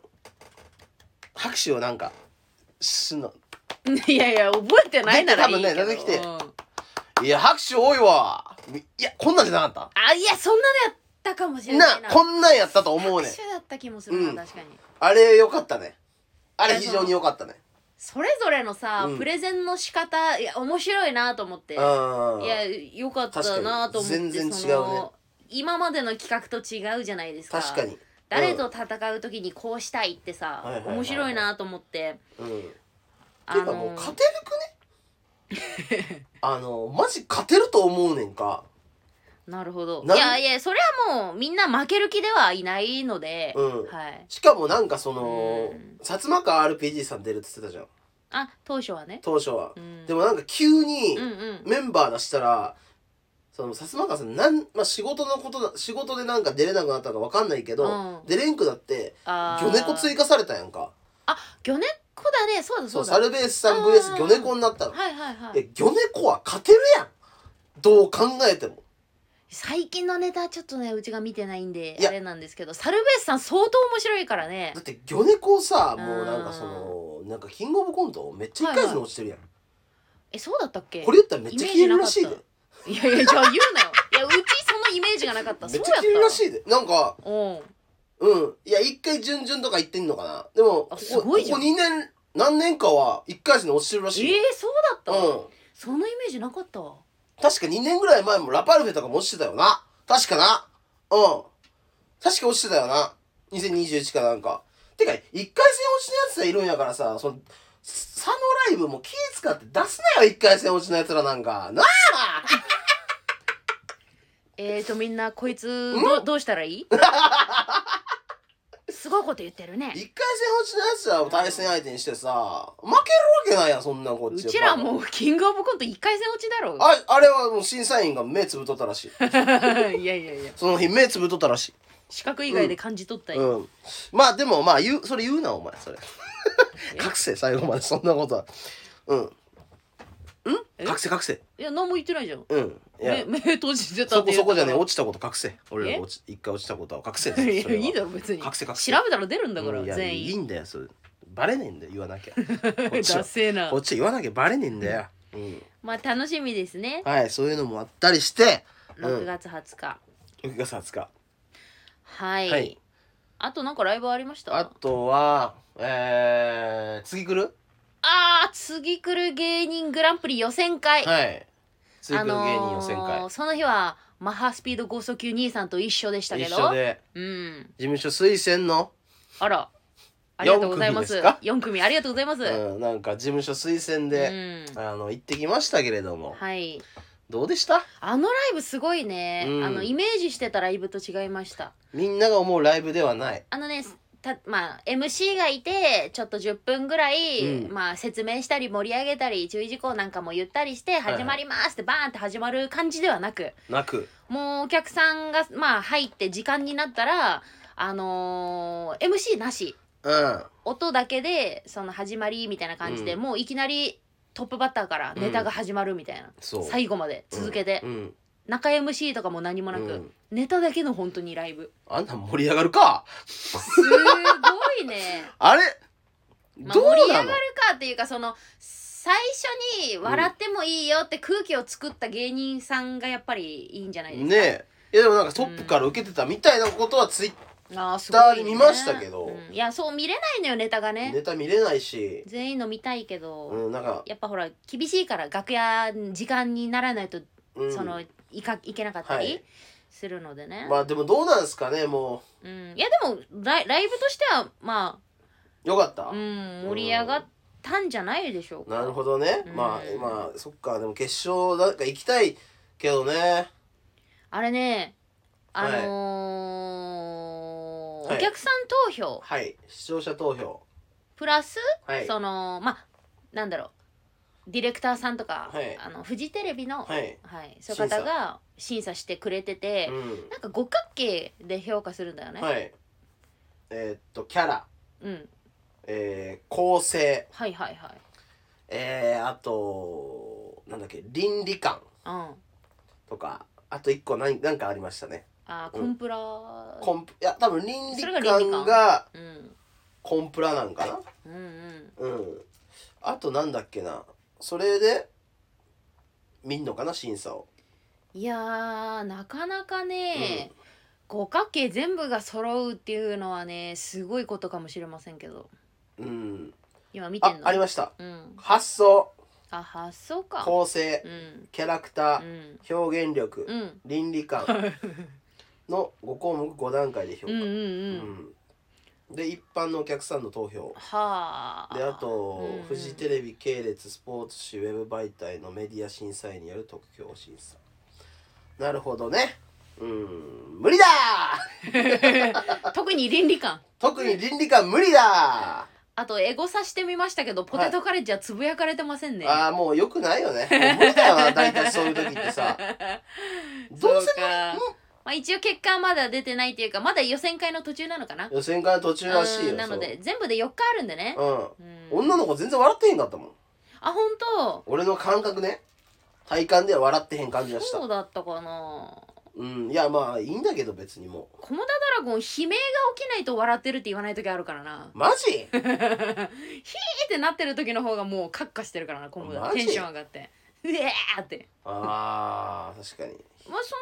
Speaker 2: 拍手をなんかすんの
Speaker 1: いやいや覚えてないならいいけど
Speaker 2: 出て多分ね出てきて
Speaker 1: うんあ
Speaker 2: いや拍手多いわいやこんなんじゃなかっ
Speaker 1: いやそんなのやったかもしたれない
Speaker 2: な
Speaker 1: な
Speaker 2: こんなんやったと思うね
Speaker 1: 拍手だった気もするな、
Speaker 2: うん
Speaker 1: 確かに
Speaker 2: あれよかったねあれ非常によかったね
Speaker 1: それぞれのさ、
Speaker 2: うん
Speaker 1: プレゼンの仕方いや面白いなと思って、
Speaker 2: うん
Speaker 1: いやよかったなと思って
Speaker 2: 確かに全然
Speaker 1: そ
Speaker 2: 違うね
Speaker 1: の今までの企画と違うじゃないですか
Speaker 2: 確かに
Speaker 1: 誰と戦う時にこうしたいってさ、
Speaker 2: はいはいはいはい
Speaker 1: 面白いなと思って、
Speaker 2: うんて
Speaker 1: あ
Speaker 2: いうかもう勝てるくね あのマジ勝てると思うねんか
Speaker 1: なるほどい
Speaker 2: なん
Speaker 1: やいやそれはもうみんな負ける気ではいないので、
Speaker 2: うん
Speaker 1: はい
Speaker 2: しかもなんかその
Speaker 1: うん
Speaker 2: 薩摩川 RPG さん出るって言ってたじゃん
Speaker 1: あ当初はね、
Speaker 2: 当初は
Speaker 1: う、ん、
Speaker 2: でもなんか急に
Speaker 1: うんうん
Speaker 2: メンバー出したらその薩摩川さんなん、まあ、仕事のことだ仕事でなんか出れなくなったかわかんないけど、
Speaker 1: うん
Speaker 2: 出れんくなって
Speaker 1: あ
Speaker 2: 魚猫追
Speaker 1: い
Speaker 2: 加されたやんか
Speaker 1: あ魚猫だねそうだ
Speaker 2: そ
Speaker 1: そううだ
Speaker 2: サルベースさん
Speaker 1: あ
Speaker 2: VS
Speaker 1: ー
Speaker 2: 魚猫になったの
Speaker 1: はいはいはい
Speaker 2: え魚猫は勝てるやんどう考えても
Speaker 1: 最近のネタちょっとねうちが見てないんで
Speaker 2: いや
Speaker 1: あれなんですけどサルベースさん相当面白いからね
Speaker 2: だって魚猫さ
Speaker 1: うん
Speaker 2: もうなんかそのなんかキングオブコントめっちゃ一回戦落ちてるやん、
Speaker 1: えそうだったっけ
Speaker 2: これやったらめっちゃ消えるらしいで
Speaker 1: イメージなかいやいやじゃあ言うなよいやうちそのイメージがなかった
Speaker 2: めっちゃ消えるらし
Speaker 1: い
Speaker 2: いでなんか
Speaker 1: うん
Speaker 2: うんいや一回順々とか言ってんのかなでもこ
Speaker 1: あ
Speaker 2: こ
Speaker 1: すごいじゃん
Speaker 2: ここ2年何年かは1回戦に落ちてるら
Speaker 1: え
Speaker 2: しい
Speaker 1: ー
Speaker 2: よ、、
Speaker 1: そうだった、
Speaker 2: うん
Speaker 1: そのイメージなかったわ
Speaker 2: 確か2年ぐらい前もラパルフェとかも落ちてたよな確かなうん確か落ちてたよな2021かなんかてか1回戦落ちのやつがいるんやからさその佐野ライブも気使って出すなよ1回戦落ちのやつらなんかなあ
Speaker 1: えーとみんなこいつ
Speaker 2: ん
Speaker 1: どどうしたらいいすごいこと言ってるね
Speaker 2: 一回戦落ちのやつらを対戦相手にしてさ負けるわけないやんそんなんこっ
Speaker 1: う
Speaker 2: ち
Speaker 1: ちらもうキングオブコント1回戦落ちだろ
Speaker 2: ああれはもう審査員が目つぶっとったらしい
Speaker 1: いやいやいや
Speaker 2: その日目つぶっとったらし
Speaker 1: 視覚以外で感じ取った
Speaker 2: い、
Speaker 1: よ、
Speaker 2: うん、まあでもまあ言うそれ言うなお前 それ隠せ最後までそんなことはうんん
Speaker 1: え
Speaker 2: 隠せ隠せ
Speaker 1: いや何も言ってないじゃん
Speaker 2: うんいや
Speaker 1: 目目閉じてた
Speaker 2: そ
Speaker 1: って
Speaker 2: こ
Speaker 1: 言
Speaker 2: そ
Speaker 1: った
Speaker 2: こ
Speaker 1: か
Speaker 2: じ
Speaker 1: ら
Speaker 2: ゃねえ落ちたこと隠せ俺らが落ち一回落ちたことは隠せそ れ
Speaker 1: いや
Speaker 2: はい
Speaker 1: いだろ別に
Speaker 2: 隠せ隠せ
Speaker 1: 調べたら出るんだから、
Speaker 2: うんいや
Speaker 1: 全
Speaker 2: い い
Speaker 1: 員
Speaker 2: んだよそれバレねえんだよ言 わなきゃこっ
Speaker 1: だ
Speaker 2: ちは
Speaker 1: せえな
Speaker 2: こっちは言わなきゃバレねえんだよ、うん
Speaker 1: まあ楽しみですね
Speaker 2: はい、そういうのもあったりして、
Speaker 1: 6月20日、
Speaker 2: 6月20日。
Speaker 1: はい、
Speaker 2: はい
Speaker 1: あとなんかライブありました
Speaker 2: あとは、えー、次来る
Speaker 1: あー次来る芸人グランプリ予選会、
Speaker 2: はい。次来
Speaker 1: あ
Speaker 2: る芸
Speaker 1: のー
Speaker 2: 人予選会。
Speaker 1: その日はマッハスピード剛速球兄さんと一緒でしたけ
Speaker 2: 一
Speaker 1: ど
Speaker 2: 緒で、
Speaker 1: うん
Speaker 2: 事務所推薦の、
Speaker 1: あらありがとうございま
Speaker 2: 四
Speaker 1: す
Speaker 2: 組ですか
Speaker 1: 四組ありがとうございます、
Speaker 2: うん、なんか事務所推薦で、
Speaker 1: うん
Speaker 2: あの、行ってきましたけれども、
Speaker 1: はい
Speaker 2: どうでした
Speaker 1: あのライブすごいね、
Speaker 2: うん
Speaker 1: あのイメージしてたライブと違いました
Speaker 2: みんなが思うライブではない。
Speaker 1: あのねたまあ MC がいてちょっと10分ぐらい、
Speaker 2: うん
Speaker 1: まあ、説明したり盛り上げたり注意事項なんかも言ったりして
Speaker 2: はい
Speaker 1: 始まりますってバーンって始まる感じではなく
Speaker 2: なく。
Speaker 1: もうお客さんが、まあ、入って時間になったら、あのー MC なし
Speaker 2: うん。
Speaker 1: 音だけでその始まりみたいな感じで、
Speaker 2: うん
Speaker 1: もういきなりトップバッターからネタが始まるみたいな、
Speaker 2: そう。
Speaker 1: 最後まで続けて、
Speaker 2: うん。うん
Speaker 1: 中 MC とかも何もなく、
Speaker 2: うん
Speaker 1: ネタだけの本当にライ ブ
Speaker 2: あんなん盛り上がるか
Speaker 1: すごいね
Speaker 2: あれ、
Speaker 1: まあ、
Speaker 2: どう
Speaker 1: 盛り上が
Speaker 2: な
Speaker 1: る
Speaker 2: の
Speaker 1: かっていうかその最初に笑ってもいいよって空気を作った芸人さんがやっぱりいいんじゃないですか、
Speaker 2: ねえ。いやでもなんかトップから受けてたみたいなことはツイッ
Speaker 1: あーすごいね、
Speaker 2: ツイッターで見ましたけど
Speaker 1: うんいやそう見れないのよネタがね
Speaker 2: ネタ見れないし、
Speaker 1: 全員の見たいけど、
Speaker 2: うん、なんか、
Speaker 1: やっぱほら厳しいから楽屋時間にならないと、
Speaker 2: うん、
Speaker 1: そのいかいけなかった
Speaker 2: は
Speaker 1: り
Speaker 2: い
Speaker 1: するのでね、
Speaker 2: まあでもどうなんですかねも
Speaker 1: うん、いやでもライライブとしてはま
Speaker 2: うよかった、
Speaker 1: あ、うん、盛り上がったんじゃないでしょうか
Speaker 2: なるほどね、
Speaker 1: うん
Speaker 2: まあまあそっかでも決勝なんか行きたいけどね
Speaker 1: あれね、あ
Speaker 2: はい
Speaker 1: のー
Speaker 2: は
Speaker 1: お
Speaker 2: い
Speaker 1: 客さん投票、
Speaker 2: はい視聴者投票
Speaker 1: プラス、
Speaker 2: はい
Speaker 1: その、まあ、なんだろう、ディレクターさんとか、
Speaker 2: はい
Speaker 1: あのフジテレビの、はい
Speaker 2: はい、
Speaker 1: そういう方が審査してくれてて
Speaker 2: う、ん
Speaker 1: なんか五角形で評価するんだよね。
Speaker 2: はいえーっとキャラ
Speaker 1: うん、
Speaker 2: えー、構成
Speaker 1: はいはいはい。
Speaker 2: えー、あとなんだっけ倫理観
Speaker 1: うん、あ
Speaker 2: とかあと一個何何かありましたね
Speaker 1: ー、
Speaker 2: う
Speaker 1: コ
Speaker 2: ん
Speaker 1: ンプラ、
Speaker 2: コンプいや多分倫理
Speaker 1: それが倫理観
Speaker 2: 観が
Speaker 1: うん、
Speaker 2: コンプラなんかな
Speaker 1: うんうん。
Speaker 2: うんあとなんだっけなそれで見んのかな審査を
Speaker 1: いやーなかなかね、五角形全部が揃うっていうのはねすごいことかもしれませんけど
Speaker 2: うん
Speaker 1: 今見て
Speaker 2: あ
Speaker 1: んの
Speaker 2: ありました
Speaker 1: うん、
Speaker 2: 発想
Speaker 1: あ発想か
Speaker 2: 構成
Speaker 1: うん
Speaker 2: キャラク
Speaker 1: う
Speaker 2: タ
Speaker 1: ん
Speaker 2: ー表現力
Speaker 1: うん
Speaker 2: 倫 理観の5項目5段階で評
Speaker 1: う
Speaker 2: 価
Speaker 1: んうん
Speaker 2: う
Speaker 1: うん
Speaker 2: んで一般のお客さんの投票
Speaker 1: はあ
Speaker 2: であと
Speaker 1: うんうん
Speaker 2: フジテレビ系列スポーツ紙ウェブ媒体のメディア審査員による特許審査なるほどねうん無理だー
Speaker 1: 特に倫理観
Speaker 2: 特に倫理観無理だー
Speaker 1: あとエゴさしてみましたけどポテトカレッジはつぶやかれてませんね、
Speaker 2: ああもう良くないよね。もう無理だよ な大体そういう時ってさ。どう
Speaker 1: そう
Speaker 2: せ
Speaker 1: かまあ、一応結果はまだ出てないっていうかまだ予選会の途中なのかな
Speaker 2: 予選から途中らしいよ。
Speaker 1: うんなので全部で4日あるんでね、
Speaker 2: そう
Speaker 1: うん
Speaker 2: うん。女の子全然笑ってへんかったもん。
Speaker 1: あ本当
Speaker 2: 俺の感覚ね。体感では笑ってへん感じがした
Speaker 1: そ。うだったかな
Speaker 2: うん。いやまあいいんだけど別にも
Speaker 1: コモダドラゴン悲鳴が起きないと笑ってるって言わない時あるからな
Speaker 2: う。マジ？
Speaker 1: ピーってなってる時の方がもうカッカしてるからなコモダ
Speaker 2: マ
Speaker 1: テ
Speaker 2: ジ
Speaker 1: ンション上がってうえーって
Speaker 2: ああ確かに。
Speaker 1: まあそそん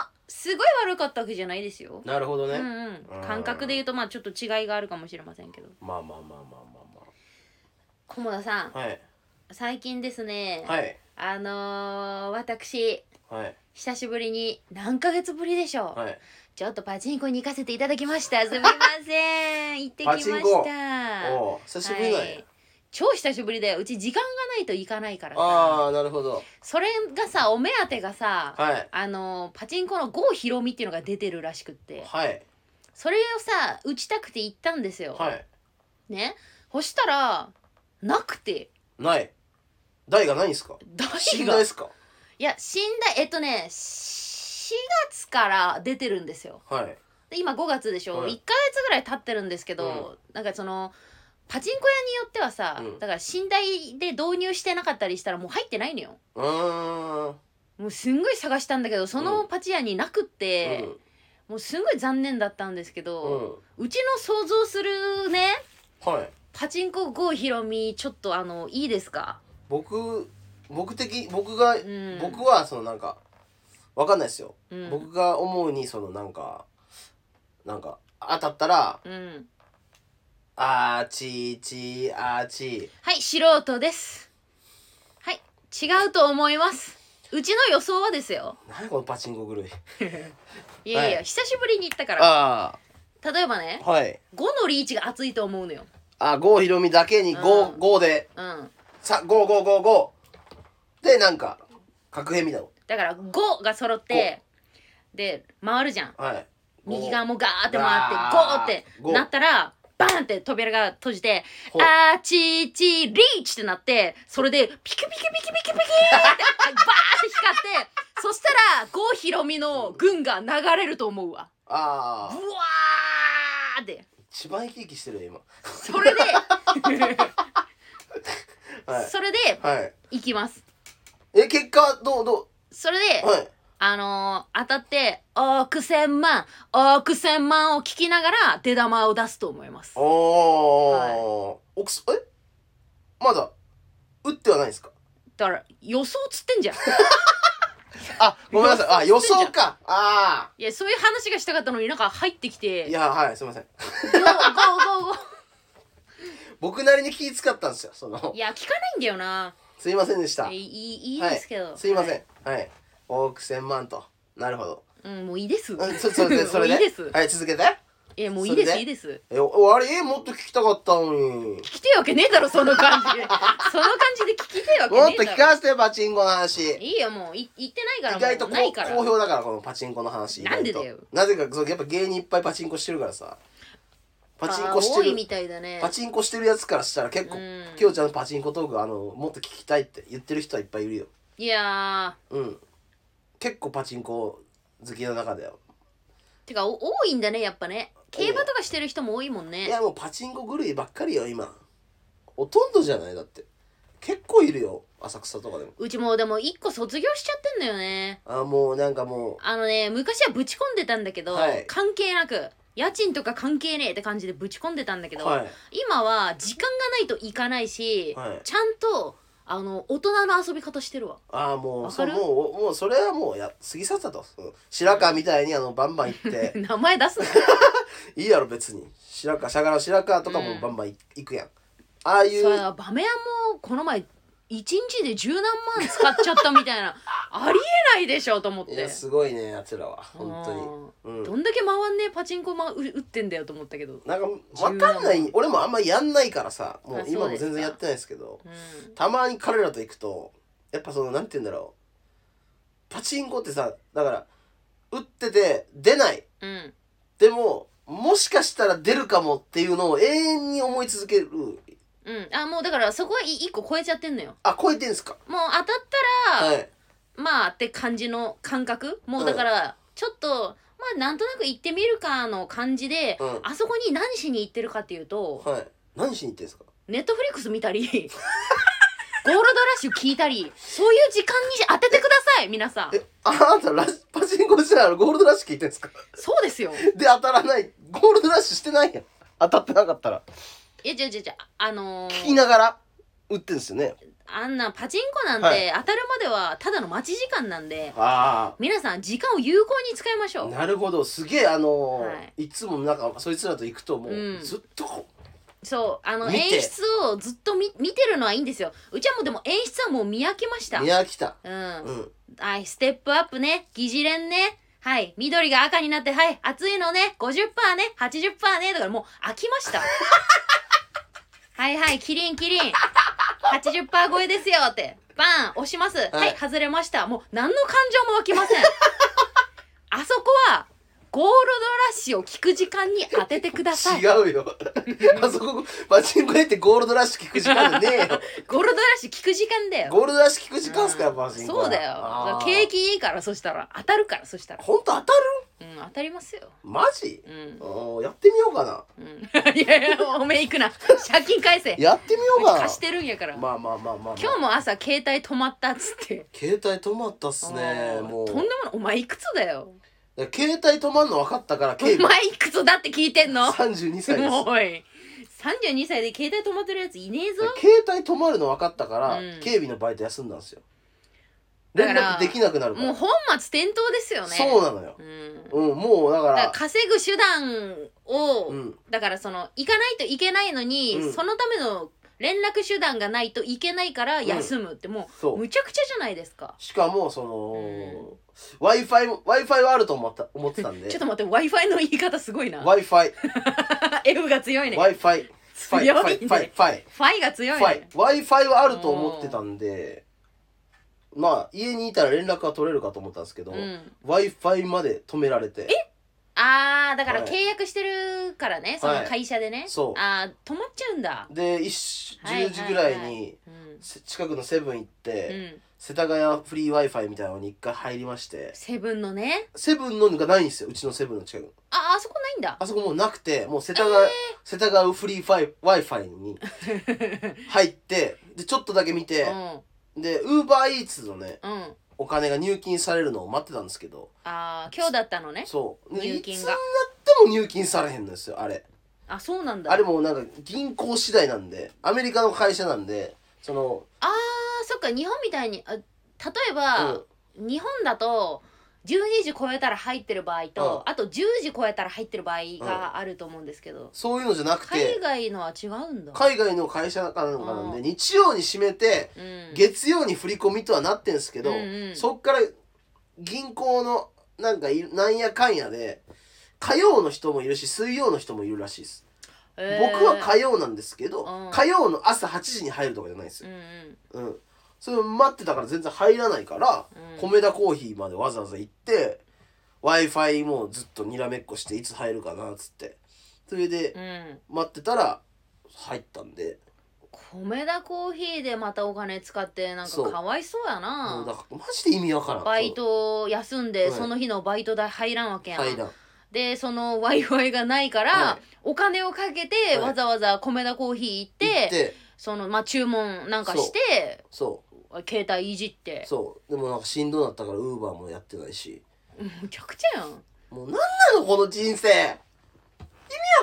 Speaker 1: なすごい悪かったわけじゃないですよ、
Speaker 2: なるほど
Speaker 1: う
Speaker 2: ね。
Speaker 1: んうん
Speaker 2: うん
Speaker 1: 感覚で言うとまあちょっと違いがあるかもしれませんけど
Speaker 2: まあまあまあまあまあま
Speaker 1: 菰田さん
Speaker 2: はい
Speaker 1: 最近ですね、
Speaker 2: はい
Speaker 1: あのー、私
Speaker 2: はい
Speaker 1: 久しぶりに何ヶ月ぶりでしょう、
Speaker 2: はい
Speaker 1: ちょっとパチンコに行かせていただきましたすみません 行ってきまし
Speaker 2: パチンコ
Speaker 1: た
Speaker 2: おう久しぶりだ
Speaker 1: は
Speaker 2: ね
Speaker 1: い、超久しぶりでうち時間がないと行かないからさ
Speaker 2: ああなるほど
Speaker 1: それがさお目当てがさ、
Speaker 2: はい
Speaker 1: あのパチンコの郷ひろみっていうのが出てるらしくって
Speaker 2: はい
Speaker 1: それをさ打ちたくて行ったんですよ、
Speaker 2: はい
Speaker 1: ねそしたらなくて
Speaker 2: ない台がないんすか
Speaker 1: 台
Speaker 2: 寝
Speaker 1: がい
Speaker 2: 台っすか
Speaker 1: や死んだえっとね4月から出てるんですよ
Speaker 2: はい
Speaker 1: で今5月でしょ、
Speaker 2: はい
Speaker 1: 1ヶ月ぐらい経ってるんですけど、なんかそのパチンコ屋によってはさ、
Speaker 2: うん
Speaker 1: だから寝台で導入してなかったりしたらもう入ってないのよ
Speaker 2: うーんうん
Speaker 1: もうすんごい探したんだけどそのパチ屋になくって、もうすんごい残念だったんですけ
Speaker 2: う
Speaker 1: ど、
Speaker 2: ん
Speaker 1: うちの想像するね
Speaker 2: はい
Speaker 1: パチンコ郷ひろみちょっとあのいいですか
Speaker 2: 僕僕的僕が
Speaker 1: うん
Speaker 2: 僕はそのなんかわかんないですよ
Speaker 1: うん
Speaker 2: 僕が思うにそのなんかなんか当たったら
Speaker 1: うん
Speaker 2: 「あーちーちーあーち
Speaker 1: はい素人ですはい違うと思いますうちの予想はですよ
Speaker 2: ー」何このパチンコ狂い
Speaker 1: いやいや、
Speaker 2: はい
Speaker 1: 久しぶりに行ったから
Speaker 2: あ
Speaker 1: 例えばね
Speaker 2: あ はい
Speaker 1: 5のリーチが熱いと思うのよ
Speaker 2: あ郷ひろみだけに
Speaker 1: う
Speaker 2: 55
Speaker 1: ん
Speaker 2: で
Speaker 1: うん
Speaker 2: さ5555でなんか確変みたいな
Speaker 1: だから5が揃ってで回るじゃん
Speaker 2: はい
Speaker 1: 右側もガーって
Speaker 2: ガ
Speaker 1: 回
Speaker 2: ー
Speaker 1: って5ってなったらバーンって扉が閉じて「
Speaker 2: ほう
Speaker 1: あーちーちーリーチ!」ってなってそれでピキピキピキピキピ キってバーって光ってそしたら郷ひろみの軍が流れると思うわ
Speaker 2: あ
Speaker 1: ブ
Speaker 2: あ
Speaker 1: ワーって
Speaker 2: 一番生き生きしてるよ
Speaker 1: それで
Speaker 2: 今はい
Speaker 1: それで
Speaker 2: はい
Speaker 1: 行きます
Speaker 2: え結果どうど
Speaker 1: それで
Speaker 2: うはい
Speaker 1: あのー当たって、億千万、億千万を聞きながら出玉を出すと思います。
Speaker 2: おー、
Speaker 1: は
Speaker 2: おくすえまだ打ってはないですか
Speaker 1: だから、予想つってんじゃん。
Speaker 2: あごめんなさいあ
Speaker 1: 予
Speaker 2: 予
Speaker 1: 想
Speaker 2: 想かあ
Speaker 1: いや、そういう話がしたかったのになんか入ってき
Speaker 2: あい
Speaker 1: て、
Speaker 2: やはいすいません
Speaker 1: ゴーゴーゴーゴ
Speaker 2: 僕なりに気使ったんですよその
Speaker 1: ー。いや、聞かないんだよな。
Speaker 2: すいませんでした
Speaker 1: えいい、いいですけど。
Speaker 2: はい、すいません
Speaker 1: は
Speaker 2: はい、億千万となるほど
Speaker 1: うん、もういいです。
Speaker 2: うんそそ れでそれで
Speaker 1: もういいです。
Speaker 2: はい続けて
Speaker 1: え、もういいで
Speaker 2: そ
Speaker 1: す、
Speaker 2: れで
Speaker 1: いいです。
Speaker 2: えおあれえもっと聞きたかったのに
Speaker 1: 聞きてえわけねえだろ、その感じ。その感じで聞きてえわけね
Speaker 2: もっ
Speaker 1: え
Speaker 2: と
Speaker 1: だろ。
Speaker 2: 聞かせてパチンコの話意
Speaker 1: いいよ、もう、い言ってないから、
Speaker 2: 外と
Speaker 1: も
Speaker 2: こ
Speaker 1: うないから。
Speaker 2: 好評だからこのパチンコの話意外と
Speaker 1: なんでだよ
Speaker 2: なぜかそうやっぱ芸人いっぱいパチンコしてるからさパチンコし
Speaker 1: あー多
Speaker 2: て
Speaker 1: い
Speaker 2: る
Speaker 1: みたいだね。
Speaker 2: パチンコしてるやつからしたら結構
Speaker 1: うん
Speaker 2: きょうちゃんのパチンコトークあのもっと聞きたいって言ってる人はいっぱいいるよ
Speaker 1: いやー。
Speaker 2: うん結構パチンコ好きの中だよ
Speaker 1: てかお多いんだねやっぱね競馬とかしてる人も多いもん
Speaker 2: い
Speaker 1: ね
Speaker 2: やもうパチンコ狂いばっかりよ今ほとんどじゃないだって結構いるよ浅草とかでも
Speaker 1: うちもうでも一個卒業しちゃってんだよね
Speaker 2: あもうなんかも
Speaker 1: あのね昔はぶち込んでたんだけど、
Speaker 2: はい
Speaker 1: 関係なく家賃とか関係ねえって感じでぶち込んでたんだけ
Speaker 2: う
Speaker 1: ど、
Speaker 2: は
Speaker 1: 今は時間がないと行かないし、
Speaker 2: いはい
Speaker 1: ちゃんとあの大人の遊び方してるわ
Speaker 2: ああ
Speaker 1: わ
Speaker 2: もう
Speaker 1: か
Speaker 2: そう
Speaker 1: る
Speaker 2: もうおもうそれはもうや過ぎ去ったと、うん白川みたいにあのバンバン行っ て
Speaker 1: 名前出すな
Speaker 2: いいやろ別に白川しゃがら白川とかもバンバンい行くやん、ああいう
Speaker 1: さあバメヤもこの前一日で十何万使っちゃったみたい なありえないでしょと思っ
Speaker 2: い
Speaker 1: て
Speaker 2: やすごいねやつらは本当に、うん、
Speaker 1: どんだけ回んねえパチンコ、ま、う打ってんだよと思ったけど
Speaker 2: なんか分かんな
Speaker 1: 10
Speaker 2: い俺もあんまやんないからさも
Speaker 1: あそううですか
Speaker 2: 今も全然やってないですけど
Speaker 1: うん
Speaker 2: たまに彼らと行くとやっぱそのなんて言うんだろうパチンコってさだから打ってて出ない
Speaker 1: うん、
Speaker 2: でももしかしたら出るかもっていうのを永遠に思い続ける
Speaker 1: うん、あもうだからそこはい一個超えちゃってんのよ
Speaker 2: あ超えてんすか
Speaker 1: もう当たっ
Speaker 2: は
Speaker 1: たら
Speaker 2: い
Speaker 1: まあって感じの感覚もうだからちょっとまあなんとなく行ってみるかの感じで、
Speaker 2: うん
Speaker 1: あそこに何しに行ってるかっていうと
Speaker 2: はい何しに行ってんすか
Speaker 1: ネットフリックス見たり ゴールドラッシュ聞いたりそういう時間に当ててください皆さん
Speaker 2: えあなたラジパチンコしてないのゴールドラッシュ聞いて んすか
Speaker 1: そうですよ
Speaker 2: で当たらないゴールドラッシュしてないやん当たってなかったら
Speaker 1: いやじゃあじゃあじゃああの
Speaker 2: 聞き
Speaker 1: ー、
Speaker 2: ながら打ってんすよね
Speaker 1: あんなパチンコなん
Speaker 2: は
Speaker 1: て当たるまではただの待ち時間なんで
Speaker 2: ああ
Speaker 1: 皆さん時間を有効に使いましょう
Speaker 2: なるほどすげえあのー、
Speaker 1: はい
Speaker 2: つもなんかそいつらと行くともう、
Speaker 1: うん
Speaker 2: ずっとこう
Speaker 1: そうあの
Speaker 2: 見て
Speaker 1: 演出をずっと見見てるのはいいんですようちはもうでも演出はもう見飽きました
Speaker 2: 見飽きた
Speaker 1: うん
Speaker 2: うん
Speaker 1: はい、ステップアップね。疑似連ね。はい、緑が赤になって、はい、暑いのね。50%ね。80%ね。だからもう飽きました。 はいはい、キリンキリン。80%超えですよって。バーン押します。はい、
Speaker 2: はい
Speaker 1: 外れました。もう何の感情も湧きません。 あそこは、ゴールドラッシュを聞く時間に当ててください。
Speaker 2: 違うよあそこパチンコ行ってゴールドラッシュ聞く時間じゃねえよ
Speaker 1: ゴールドラッシュ聞く時間だ よ。
Speaker 2: ゴールドラッシュ聞く時間っすからパチンコは
Speaker 1: そうだ
Speaker 2: あ
Speaker 1: よ。
Speaker 2: ー
Speaker 1: 景気いいから、そしたら。当たるから、そしたら。
Speaker 2: ほんと当たる
Speaker 1: うん、当たりますよ。
Speaker 2: マジ
Speaker 1: うん。
Speaker 2: おーやってみようかな
Speaker 1: うん、いやいやおめえ行くな借金返せ
Speaker 2: やってみようかな
Speaker 1: 貸してるんやから、
Speaker 2: まあまあまあまあ、まあ、
Speaker 1: 今日も朝携帯止まったっつって
Speaker 2: 携帯止まったっすね
Speaker 1: うん
Speaker 2: もう
Speaker 1: とんでもないお前いくつだよ
Speaker 2: だから携帯止まんの分かったから
Speaker 1: お
Speaker 2: 警備
Speaker 1: 前いくつだって聞いてんのもう
Speaker 2: 32歳です
Speaker 1: おい32歳で携帯止まってるやついねえぞ
Speaker 2: 携帯止まるの分かったから、
Speaker 1: うん
Speaker 2: 警備のバイト休んだんですよ
Speaker 1: だか
Speaker 2: 連
Speaker 1: ら
Speaker 2: 絡できなくなるから
Speaker 1: もう本末転倒ですよね
Speaker 2: そうなのよ、
Speaker 1: うん、だ
Speaker 2: うん、もうだか
Speaker 1: から
Speaker 2: ら
Speaker 1: 稼ぐ手段を、
Speaker 2: うん
Speaker 1: だからその行かないといけないのに、
Speaker 2: うん
Speaker 1: そのための連絡手段がないといけないから休むっても
Speaker 2: そうう
Speaker 1: むちゃくちゃじゃないですか
Speaker 2: しかもその w i f i w i f i はあると思った思ってたんで
Speaker 1: ちょっと待って w i f i の言い方すごいな
Speaker 2: w i f i w
Speaker 1: F が強いね
Speaker 2: i f i フ
Speaker 1: 強
Speaker 2: ァ
Speaker 1: い
Speaker 2: イ
Speaker 1: ね
Speaker 2: ファイファイファイ
Speaker 1: ファイが強い
Speaker 2: ファイ
Speaker 1: ね
Speaker 2: w i f i はあると思ってたんでまあ家にいたら連絡は取れるかと思ったんですけど、
Speaker 1: うん
Speaker 2: w i f i まで止められて
Speaker 1: あーだから
Speaker 2: はい
Speaker 1: 契約してるからねそ
Speaker 2: は
Speaker 1: の
Speaker 2: い
Speaker 1: 会社でね
Speaker 2: そう
Speaker 1: あー止まっちゃうんだ
Speaker 2: で一
Speaker 1: はいはい
Speaker 2: 10時ぐらいに
Speaker 1: うん
Speaker 2: せ近くのセブン行っ
Speaker 1: う
Speaker 2: て、
Speaker 1: ん
Speaker 2: 世田谷フリー w i f i みたいなのに一回入りまして
Speaker 1: セブンのね
Speaker 2: セブンのがないんですようちのセブンの近く
Speaker 1: ああそこないんだ
Speaker 2: あそこもうなくてもう世田谷、世田谷フリーファイ w i f i に入ってでちょっとだけ見て、でウーバーイーツのね
Speaker 1: うんうん
Speaker 2: お金が入金されるのを待ってたんですけど
Speaker 1: ああ今日だったのね
Speaker 2: そうで
Speaker 1: 入
Speaker 2: い
Speaker 1: 金
Speaker 2: つに
Speaker 1: が
Speaker 2: なっても入金されへんのですよあれ
Speaker 1: あそうなんだ
Speaker 2: あれもうなんか銀行次第なんでアメリカの会社なんでその
Speaker 1: あーそっか日本みたいにあ例えば、日本だと12時超えたら入ってる場合と、
Speaker 2: う
Speaker 1: あと10時超えたら入ってる場合があると思うんですけど、
Speaker 2: そういうのじゃなく
Speaker 1: 海
Speaker 2: て
Speaker 1: 外のは違うんだ、
Speaker 2: 海外の会社なんかなん
Speaker 1: う
Speaker 2: で
Speaker 1: ん
Speaker 2: 日曜に閉めて
Speaker 1: うん、
Speaker 2: 月曜に振り込みとはなってんすけど、
Speaker 1: うんうん
Speaker 2: そっから銀行のなんかいなんやかんやで火曜の人もいるし水曜の人もいるらしいです、
Speaker 1: えー
Speaker 2: 僕は火曜なんですけど、
Speaker 1: うん
Speaker 2: 火曜の朝8時に入るとかじゃないんです
Speaker 1: う
Speaker 2: よ、
Speaker 1: んうん
Speaker 2: うんそれ待ってたから全然入らないから、
Speaker 1: うん
Speaker 2: 米田コーヒーまでわざわざ行って w i f i もずっとにらめっこしていつ入るかなっつってそれで
Speaker 1: うん
Speaker 2: 待ってたら入ったんで、
Speaker 1: 米田コーヒーでまたお金使ってなん
Speaker 2: そう
Speaker 1: かかわいそうや
Speaker 2: もう
Speaker 1: な
Speaker 2: だからマジで意味わからん
Speaker 1: バイト休んで
Speaker 2: はい
Speaker 1: その日のバイト代入らんわけやん、
Speaker 2: 入らん
Speaker 1: でその w i f i がないから、
Speaker 2: はい
Speaker 1: お金をかけて、
Speaker 2: い
Speaker 1: わざわざ米田コーヒー行って
Speaker 2: 行って
Speaker 1: そのまあ注文なんかして
Speaker 2: そう
Speaker 1: 携帯いじって
Speaker 2: そうでもなんかしんどなったからウーバーもやってないし
Speaker 1: むちゃくちゃやん
Speaker 2: もうなんなのこの人生意味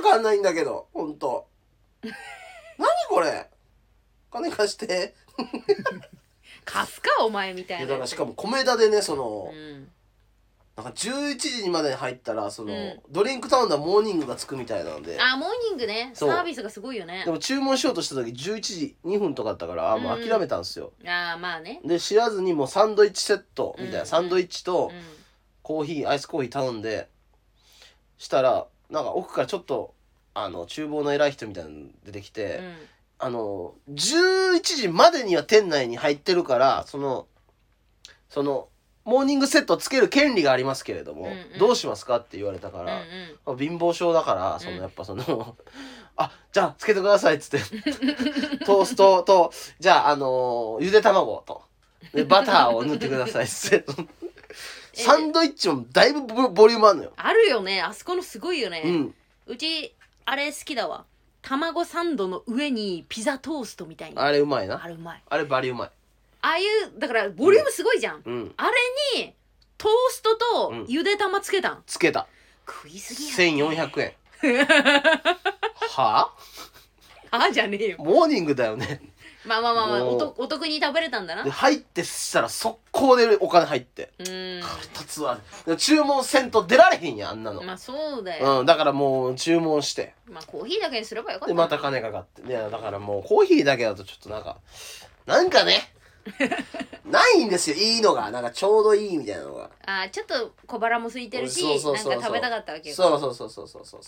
Speaker 2: わかんないんだけどほん と何これ金貸して
Speaker 1: 貸すかお前みた
Speaker 2: で
Speaker 1: いな
Speaker 2: だからしかも米田でねその
Speaker 1: う、ん
Speaker 2: なんか11時までに入ったらその、
Speaker 1: うん
Speaker 2: ドリンク頼んだらモーニングがつくみたいなんで
Speaker 1: あモーニングねサ
Speaker 2: そう
Speaker 1: ービスがすごいよね
Speaker 2: でも注文しようとした時11時2分とかだったからあもう諦めたんですよ、
Speaker 1: ああまあね
Speaker 2: で知らずにもうサンドイッチセットみたいな、
Speaker 1: うん
Speaker 2: サンドイッチと、
Speaker 1: うん
Speaker 2: コーヒーアイスコーヒー頼んでしたらなんか奥からちょっとあの厨房の偉い人みたいなの出てきて、
Speaker 1: うん
Speaker 2: あの11時までには店内に入ってるからそのそのモーニングセットつける権利がありますけれど
Speaker 1: う
Speaker 2: も、
Speaker 1: んうん
Speaker 2: どうしますかって言われたか
Speaker 1: うんう
Speaker 2: ら、
Speaker 1: ん
Speaker 2: あ貧乏症だからその
Speaker 1: うん
Speaker 2: やっぱその、あじゃあつけてくださいっつってトーストとじゃああのーゆで卵とでバターを塗ってくださいっつって
Speaker 1: え
Speaker 2: サンドイッチもだいぶボボリュームあるのよ、
Speaker 1: あるよねあそこのすごいよね、
Speaker 2: うん
Speaker 1: うちあれ好きだわ卵サンドの上にピザトーストみたいな
Speaker 2: あれうまい
Speaker 1: あ
Speaker 2: な
Speaker 1: れうまい
Speaker 2: あれバリうまい
Speaker 1: ああいうだからボリュームすごいじゃん、
Speaker 2: うん
Speaker 1: あれにトーストと
Speaker 2: うん
Speaker 1: ゆで玉つけたん、
Speaker 2: つけた
Speaker 1: 食いすぎやん
Speaker 2: 1400円はあ
Speaker 1: ああじゃねえよ
Speaker 2: モーニングだよね
Speaker 1: まあまあまあまあ
Speaker 2: もう
Speaker 1: おとお得に食べれたんだな
Speaker 2: で入ってしたら速攻でお金入って
Speaker 1: うーん
Speaker 2: 腹立つわ注文せんと出られへんやんあんなの、
Speaker 1: まあそうだよ、
Speaker 2: うん、だからもう注文して
Speaker 1: まあコーヒーだけにすればよかった
Speaker 2: で
Speaker 1: な
Speaker 2: また金かかっていやだからもうコーヒーだけだとちょっとなんかなんか ねないんですよいいのがなんかちょうどいいみたいなのが
Speaker 1: あーちょっと小腹も空いてるし
Speaker 2: そうそうそうそう
Speaker 1: なんか食べたかったわけよ
Speaker 2: そうそうそうそうそうそう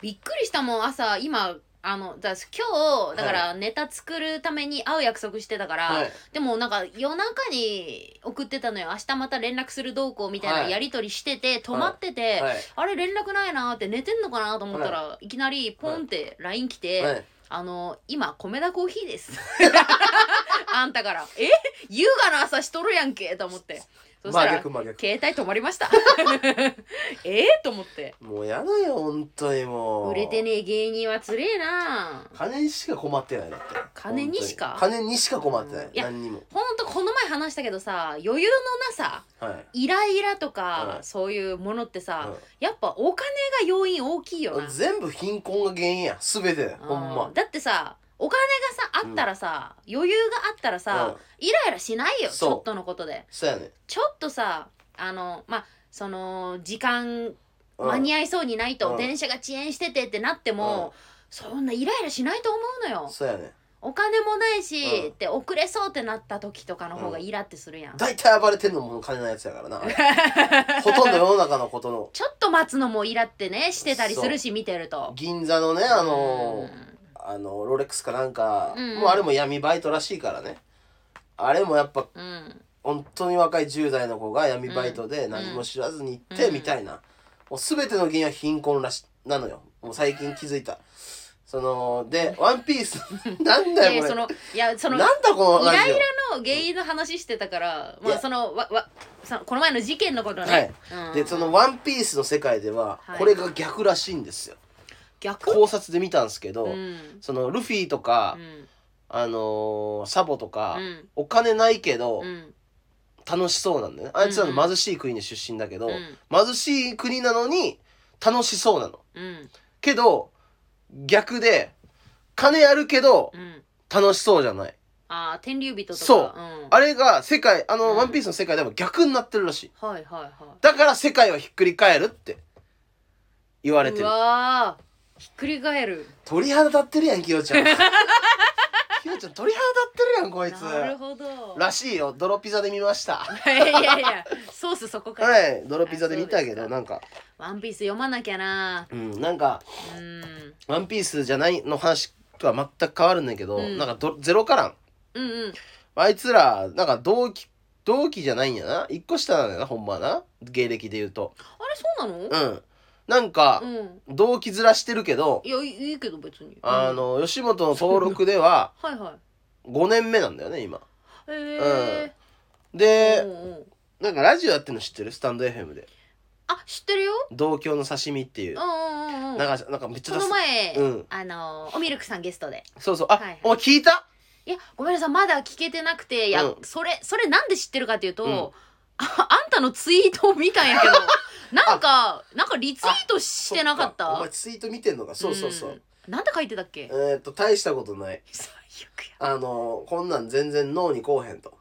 Speaker 1: びっくりしたもん朝今あのだ今日だからネタ作るために会う約束してたから、
Speaker 2: はい
Speaker 1: でもなんか夜中に送ってたのよ明日また連絡する動向みたい
Speaker 2: は
Speaker 1: ないやり取りしてて止まってて、
Speaker 2: はい
Speaker 1: あれ連絡ないなーって寝てんのかなと思ったら、い、きなりポンって LINE 来て、
Speaker 2: はい
Speaker 1: あの今米田コーヒーです あんたから「え優雅な朝しとるやんけ」と思ってそした
Speaker 2: 真
Speaker 1: ら
Speaker 2: 逆真逆
Speaker 1: 携帯止まりました えー、と思って
Speaker 2: もうやだよ本当にもう
Speaker 1: 売れてねえ芸人はつれえな
Speaker 2: 金にしか困ってないだって
Speaker 1: 金にしか
Speaker 2: 本当に金にしか困ってない
Speaker 1: いや
Speaker 2: 何にも
Speaker 1: ほんとこの前話したけどさ余裕のなさ
Speaker 2: はい
Speaker 1: イライラとか、
Speaker 2: うん
Speaker 1: そういうものってさ、
Speaker 2: うん
Speaker 1: やっぱお金が要因大きいよな、
Speaker 2: 全部貧困が原因や全てだよほん
Speaker 1: う
Speaker 2: ま
Speaker 1: んだってさお金がさあったらさ、余裕があったらさ、イライラしないよち
Speaker 2: そう
Speaker 1: ょっとのことで
Speaker 2: そうやね
Speaker 1: ちょっとさあのまあその時間
Speaker 2: うん
Speaker 1: 間に合いそうにないと、
Speaker 2: うん
Speaker 1: 電車が遅延しててってなっても、そんなイライラしないと思うのよ
Speaker 2: そうやね
Speaker 1: お金もないし、
Speaker 2: う
Speaker 1: っ
Speaker 2: ん
Speaker 1: て遅れそうってなった時とかの方がイラってするやん、
Speaker 2: 大体暴れてんのも金のやつ やからなほとんど世の中のことの
Speaker 1: ちょっと待つのもイラってねしてたりするし見てると
Speaker 2: 銀座のねあの
Speaker 1: うん
Speaker 2: あのロレックスかなんか、
Speaker 1: うん
Speaker 2: もうあれも闇バイトらしいからねあれもやっぱ
Speaker 1: うん
Speaker 2: 本当に若い10代の子が闇バイトで何も知らずに行って
Speaker 1: うん
Speaker 2: みたいな、もう全ての原因は貧困らしなのよもう最近気づいたそので「ワンピース なんだ
Speaker 1: で
Speaker 2: よこれ
Speaker 1: そのいやその
Speaker 2: なんだこの
Speaker 1: イラ
Speaker 2: ラ
Speaker 1: イ
Speaker 2: ジオ
Speaker 1: ラの原因の話してたから、
Speaker 2: い
Speaker 1: まあ
Speaker 2: や
Speaker 1: そのわわそのこの前の事件のことね、
Speaker 2: はい
Speaker 1: うん
Speaker 2: でその「ワンピースの世界では
Speaker 1: はい
Speaker 2: これが逆らしいんですよ、
Speaker 1: 逆
Speaker 2: 考察で見たんですけど、
Speaker 1: うん
Speaker 2: そのルフィとか、
Speaker 1: うん
Speaker 2: あのーサボとか、
Speaker 1: うん
Speaker 2: お金ないけど、
Speaker 1: うん
Speaker 2: 楽しそうなんだよねあいつらの貧しい国の出身だけど、
Speaker 1: うん
Speaker 2: 貧しい国なのに楽しそうなの
Speaker 1: うん
Speaker 2: けど逆で金あるけど
Speaker 1: うん
Speaker 2: 楽しそうじゃない
Speaker 1: ああ天竜人とか
Speaker 2: そうんあれが世界あの、
Speaker 1: うん
Speaker 2: ワンピースの世界でも逆になってるらしい
Speaker 1: はいはいは
Speaker 2: だから世界はひっくり返るって言われ
Speaker 1: い
Speaker 2: て
Speaker 1: う
Speaker 2: る
Speaker 1: わーひっくり返る
Speaker 2: 鳥肌立ってるやんキヨ ちゃんキヨちゃん鳥肌立ってるやんこいつ
Speaker 1: なるほど
Speaker 2: らしいよ泥ピザで見ました
Speaker 1: いやいやいやソースそこから、
Speaker 2: はい泥ピザで見たけ
Speaker 1: あそうですか
Speaker 2: どなんか
Speaker 1: ワンピース読まなきゃな
Speaker 2: うんなんか
Speaker 1: うん
Speaker 2: 「ワンピースじゃないの話とは全く変わるんだけど、
Speaker 1: うん
Speaker 2: なんかどゼロカラン
Speaker 1: うんうん
Speaker 2: あいつらなんか同期同期じゃないんやな一個下なんだよなほんまはな芸歴で言うと
Speaker 1: あれそうなの
Speaker 2: うんなんか
Speaker 1: うん。
Speaker 2: 同期面してるけど、
Speaker 1: いや、いいいけど別に。
Speaker 2: あ
Speaker 1: うん。
Speaker 2: の吉本の登録では
Speaker 1: はいはい。
Speaker 2: 5年目なんだよね今
Speaker 1: へえ。
Speaker 2: で
Speaker 1: うんうん
Speaker 2: なんかラジオやってるの知ってるスタンド FM で
Speaker 1: あ、知ってるよ。
Speaker 2: 「同郷の刺身」っていう
Speaker 1: うんうんうんうん。
Speaker 2: なんかなんかめっちゃ
Speaker 1: この前
Speaker 2: うん、
Speaker 1: あの、おミルクさんゲストで。
Speaker 2: そうそうあ、
Speaker 1: はい
Speaker 2: お前聞いた
Speaker 1: いや、ごめんなさい、まだ聞けてなくて、いや
Speaker 2: う、
Speaker 1: それ、それなんで知ってるかっていう
Speaker 2: うん
Speaker 1: と、ああんたのツイートを見たん やけど、なんか、なんかリツイートしてなかっ
Speaker 2: そっお
Speaker 1: た
Speaker 2: 前。ツイート見てんのかそうそうそう、
Speaker 1: ん。なんて書いてたっけ
Speaker 2: えーっと大したことない
Speaker 1: 最悪や。
Speaker 2: あのこんなん全然脳にこうへんと。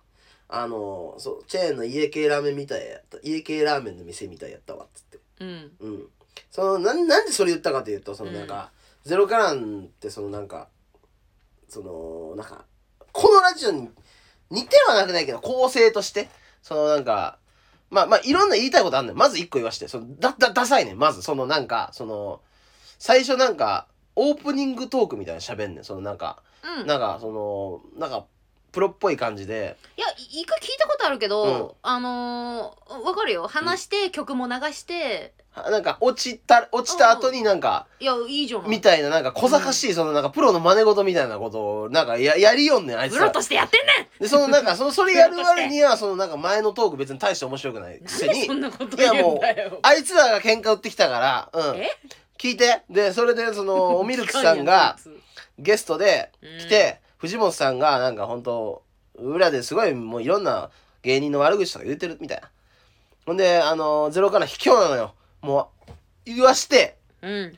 Speaker 2: あのそう、チェーンの家系ラーメンみたいやった。家系ラーメンの店みたいやったわ、つって。
Speaker 1: うん。
Speaker 2: うん。その、なん、なんでそれ言ったかというと、その
Speaker 1: うん
Speaker 2: なんか、ゼロカランってそのなんか、その、なんか、このラジオに似てはなくないけど、構成として、そのなんか、まあまあ、いろんな言いたいことあんのよ。まず一個言わして。その、だ、だ、ダサいねんまず、そのなんか、その、最初なんか、オープニングトークみたいなの喋んねん。そのなんか、
Speaker 1: うん。
Speaker 2: なんかそのなんかプロっぽい感じで
Speaker 1: いや、い一回聞いたことあるけ
Speaker 2: うん
Speaker 1: ど、あのー、わかるよ。話して、曲も流して、
Speaker 2: あなんか落ちた落ちた後になんか
Speaker 1: いや、いいじゃん。
Speaker 2: みたいななんか小賢しいそのなんかプロの真似事みたいなことをなんかややりよんねんあいつ
Speaker 1: ブロ
Speaker 2: ら
Speaker 1: としてやってんね
Speaker 2: でそのなんかそのそれやる割にはそのなんか前のトーク別に大して面白くないくせ
Speaker 1: んそん
Speaker 2: に
Speaker 1: なこと言うんだよ。
Speaker 2: あいつらが喧嘩売ってきたからうん
Speaker 1: え
Speaker 2: 聞いてでそれで そのおミルクさんがゲストで来て、藤本さんがなんか本当裏ですごいもういろんな芸人の悪口とか言ってるみたいなほんであのゼロから卑怯なのよもう言わして
Speaker 1: うん。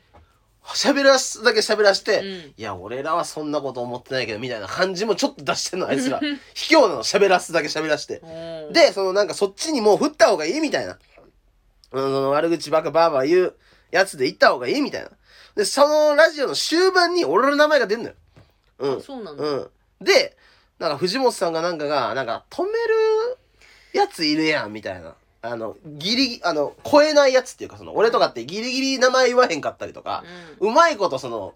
Speaker 2: 喋らすだけ喋らして、
Speaker 1: うん
Speaker 2: いや、俺らはそんなこと思ってないけど、みたいな感じもちょっと出してんの、あいつら。卑怯なの、喋らすだけ喋らして。
Speaker 1: うん
Speaker 2: で、そのなんかそっちにもう振った方がいいみたいな。うん、その悪口ばかばあば言うやつで行った方がいいみたいな。で、そのラジオの終盤に俺の名前が出んのよ。うん。
Speaker 1: そうなんだ、
Speaker 2: うん。で、なんか藤本さんがなんかが、なんか止めるやついるやん、みたいな。あの、ギリギリ、あの、超えないやつっていうか、その、俺とかってギリギリ名前言わへんかったりとか、
Speaker 1: う
Speaker 2: うまいことその、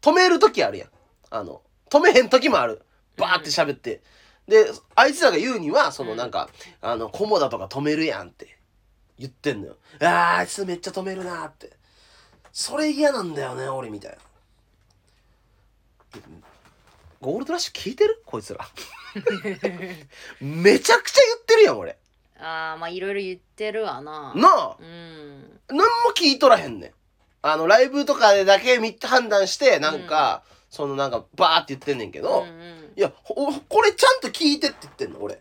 Speaker 2: 止める時あるやん。あの、止めへん時もある。バーって喋って。で、あいつらが言うには、そのなんか、あの、コモダとか止めるやんって言ってんのよ。あー、あいつめっちゃ止めるなーって。それ嫌なんだよね、俺みたいな。ゴールドラッシュ聞いてるこいつ ら。めちゃくちゃ言ってるやん、俺。
Speaker 1: ん、ああまあいろいろ言ってるわな
Speaker 2: なあ
Speaker 1: うん
Speaker 2: 何も聞いとらへんねん。あの、ライブとかでだけ見て判断して、なんか、そのなんか、バーって言ってんねんけど、
Speaker 1: うんうん
Speaker 2: いや、ほこれちゃんと聞いてって言ってんの、 俺。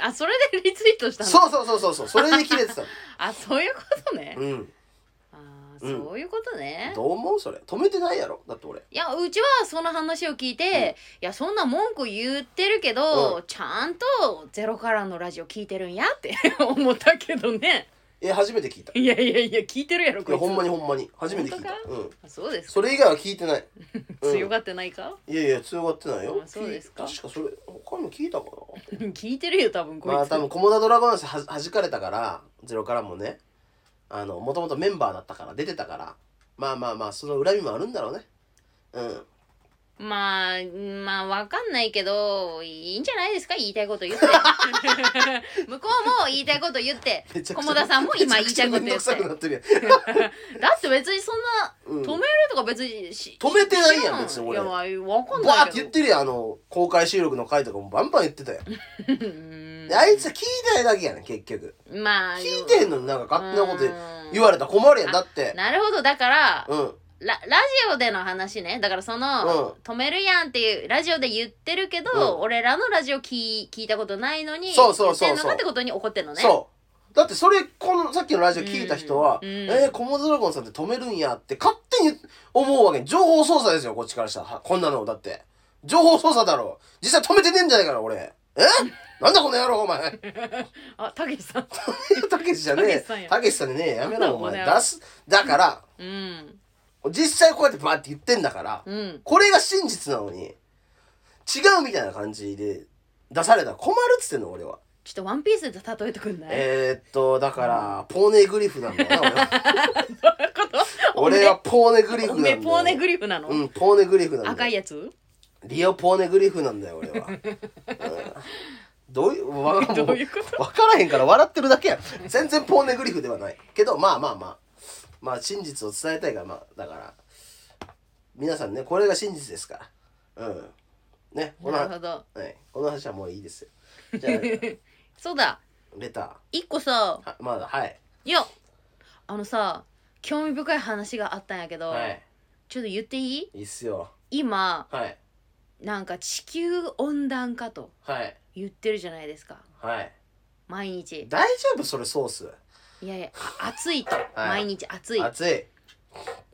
Speaker 1: あそれでリツイートしたの
Speaker 2: そうそうそうそうそう、それで切れ てたの。
Speaker 1: あそういうことね、
Speaker 2: うん。
Speaker 1: ああ
Speaker 2: うん
Speaker 1: そういうことね、
Speaker 2: どう思うそれ。止めてないやろだって俺。
Speaker 1: いやうちはその話を聞いて、
Speaker 2: ん
Speaker 1: いやそんな文句言ってるけど、
Speaker 2: う
Speaker 1: ちゃんとゼロからのラジオ聞いてるんやって 思ったけどね
Speaker 2: え、初めて聞いた。い
Speaker 1: いやいやいや聞いてるやろこい
Speaker 2: や、
Speaker 1: つ
Speaker 2: ほんまにほんまに。初めて聞いた。
Speaker 1: 本当
Speaker 2: うん。
Speaker 1: あそうですか
Speaker 2: それ以外は聞いてない。うん
Speaker 1: 強がってないか、
Speaker 2: いやいや、強がってないよ。
Speaker 1: あそうですか
Speaker 2: 確かそれ、他にも聞いたかな。
Speaker 1: 聞いてるよ多分こいつ、
Speaker 2: まあ多分コモダドラゴンズははじかれたからゼロからもねあのもともとメンバーだったから出てたからまあまあまあその恨みもあるんだろうねうん
Speaker 1: まあまあわかんないけどいいんじゃないですか言いたいこと言って 向こうも言いたいこと言って
Speaker 2: めちゃくちゃ
Speaker 1: 菰田さんも今言いたいこと
Speaker 2: め
Speaker 1: 言
Speaker 2: ちゃ
Speaker 1: っ
Speaker 2: く
Speaker 1: て
Speaker 2: ちゃめんどくさくなってる
Speaker 1: だって別にそんな
Speaker 2: やん、うん、
Speaker 1: 止めるとか別にし
Speaker 2: 止めてないやん
Speaker 1: 知
Speaker 2: 別に
Speaker 1: ら
Speaker 2: 俺
Speaker 1: んいやまあわかん
Speaker 2: バー
Speaker 1: ない
Speaker 2: って
Speaker 1: け
Speaker 2: 言っ
Speaker 1: ど
Speaker 2: てるやんあの公開収録の回とかもバンバン言ってたよ
Speaker 1: うん
Speaker 2: であいつは聞いてないだけやねん結局
Speaker 1: まあ
Speaker 2: 聞いてへんのになんか勝手なこと
Speaker 1: うん
Speaker 2: 言われたら困るやんだって
Speaker 1: なるほどだから、
Speaker 2: うん
Speaker 1: ララジオでの話ねだからその、
Speaker 2: うん
Speaker 1: 止めるやん」っていうラジオで言ってるけど、
Speaker 2: うん
Speaker 1: 俺らのラジオ聞い聞いたことないのに
Speaker 2: そうそうそうそう
Speaker 1: 言ってんのかってことに怒ってんのね
Speaker 2: そうだってそれこのさっきのラジオ聞いた人は「
Speaker 1: うんうん
Speaker 2: えー、コモドラゴンさんって止めるんや」って勝手に思うわけ情報操作ですよこっちからしたらはこんなのだって情報操作だろ実際止めてねえんじゃないかな 俺えなんだこの野郎お前
Speaker 1: あたけしさん
Speaker 2: たけしじゃ
Speaker 1: たけ
Speaker 2: ね
Speaker 1: しさん
Speaker 2: え
Speaker 1: や
Speaker 2: たけしさんでねえやめろ
Speaker 1: なんだこ
Speaker 2: お前
Speaker 1: の野郎
Speaker 2: 出すだから
Speaker 1: うん
Speaker 2: 実際こうやってバーって言ってんだから
Speaker 1: うん
Speaker 2: これが真実なのに違うみたいな感じで出されたら困るっつってんの俺は
Speaker 1: ちょっと「ワンピースで例えてくんない、
Speaker 2: えー、っとだからポーネグリフなんだよな俺は
Speaker 1: おめ
Speaker 2: 俺はポーネグリフなんだよ
Speaker 1: おめポーネグリフなの、
Speaker 2: うんポーネグリフなんだよ
Speaker 1: 赤いやつ
Speaker 2: リオポーネグリフなんだよ俺 は、うんどういうわか
Speaker 1: どういうこと
Speaker 2: 分からへんから笑ってるだけやん全然ポーネグリフではないけどまあまあまあまあ真実を伝えたいからまあだから皆さんねこれが真実ですからうんねこの,、
Speaker 1: なる
Speaker 2: は
Speaker 1: ほど
Speaker 2: い、この話はもういいですよじゃあ
Speaker 1: そうだ
Speaker 2: レタ
Speaker 1: 一個さ
Speaker 2: ーはまだはい
Speaker 1: いやあのさ興味深い話があったんやけど、
Speaker 2: はい
Speaker 1: ちょっと言っていい
Speaker 2: いいっすよ
Speaker 1: 今
Speaker 2: はい
Speaker 1: なんか地球温暖化と
Speaker 2: はい
Speaker 1: 言ってるじゃないですか
Speaker 2: はい
Speaker 1: 毎日
Speaker 2: 大丈夫それソース
Speaker 1: いやいやあ暑 いと、
Speaker 2: い
Speaker 1: 毎日暑い
Speaker 2: 暑い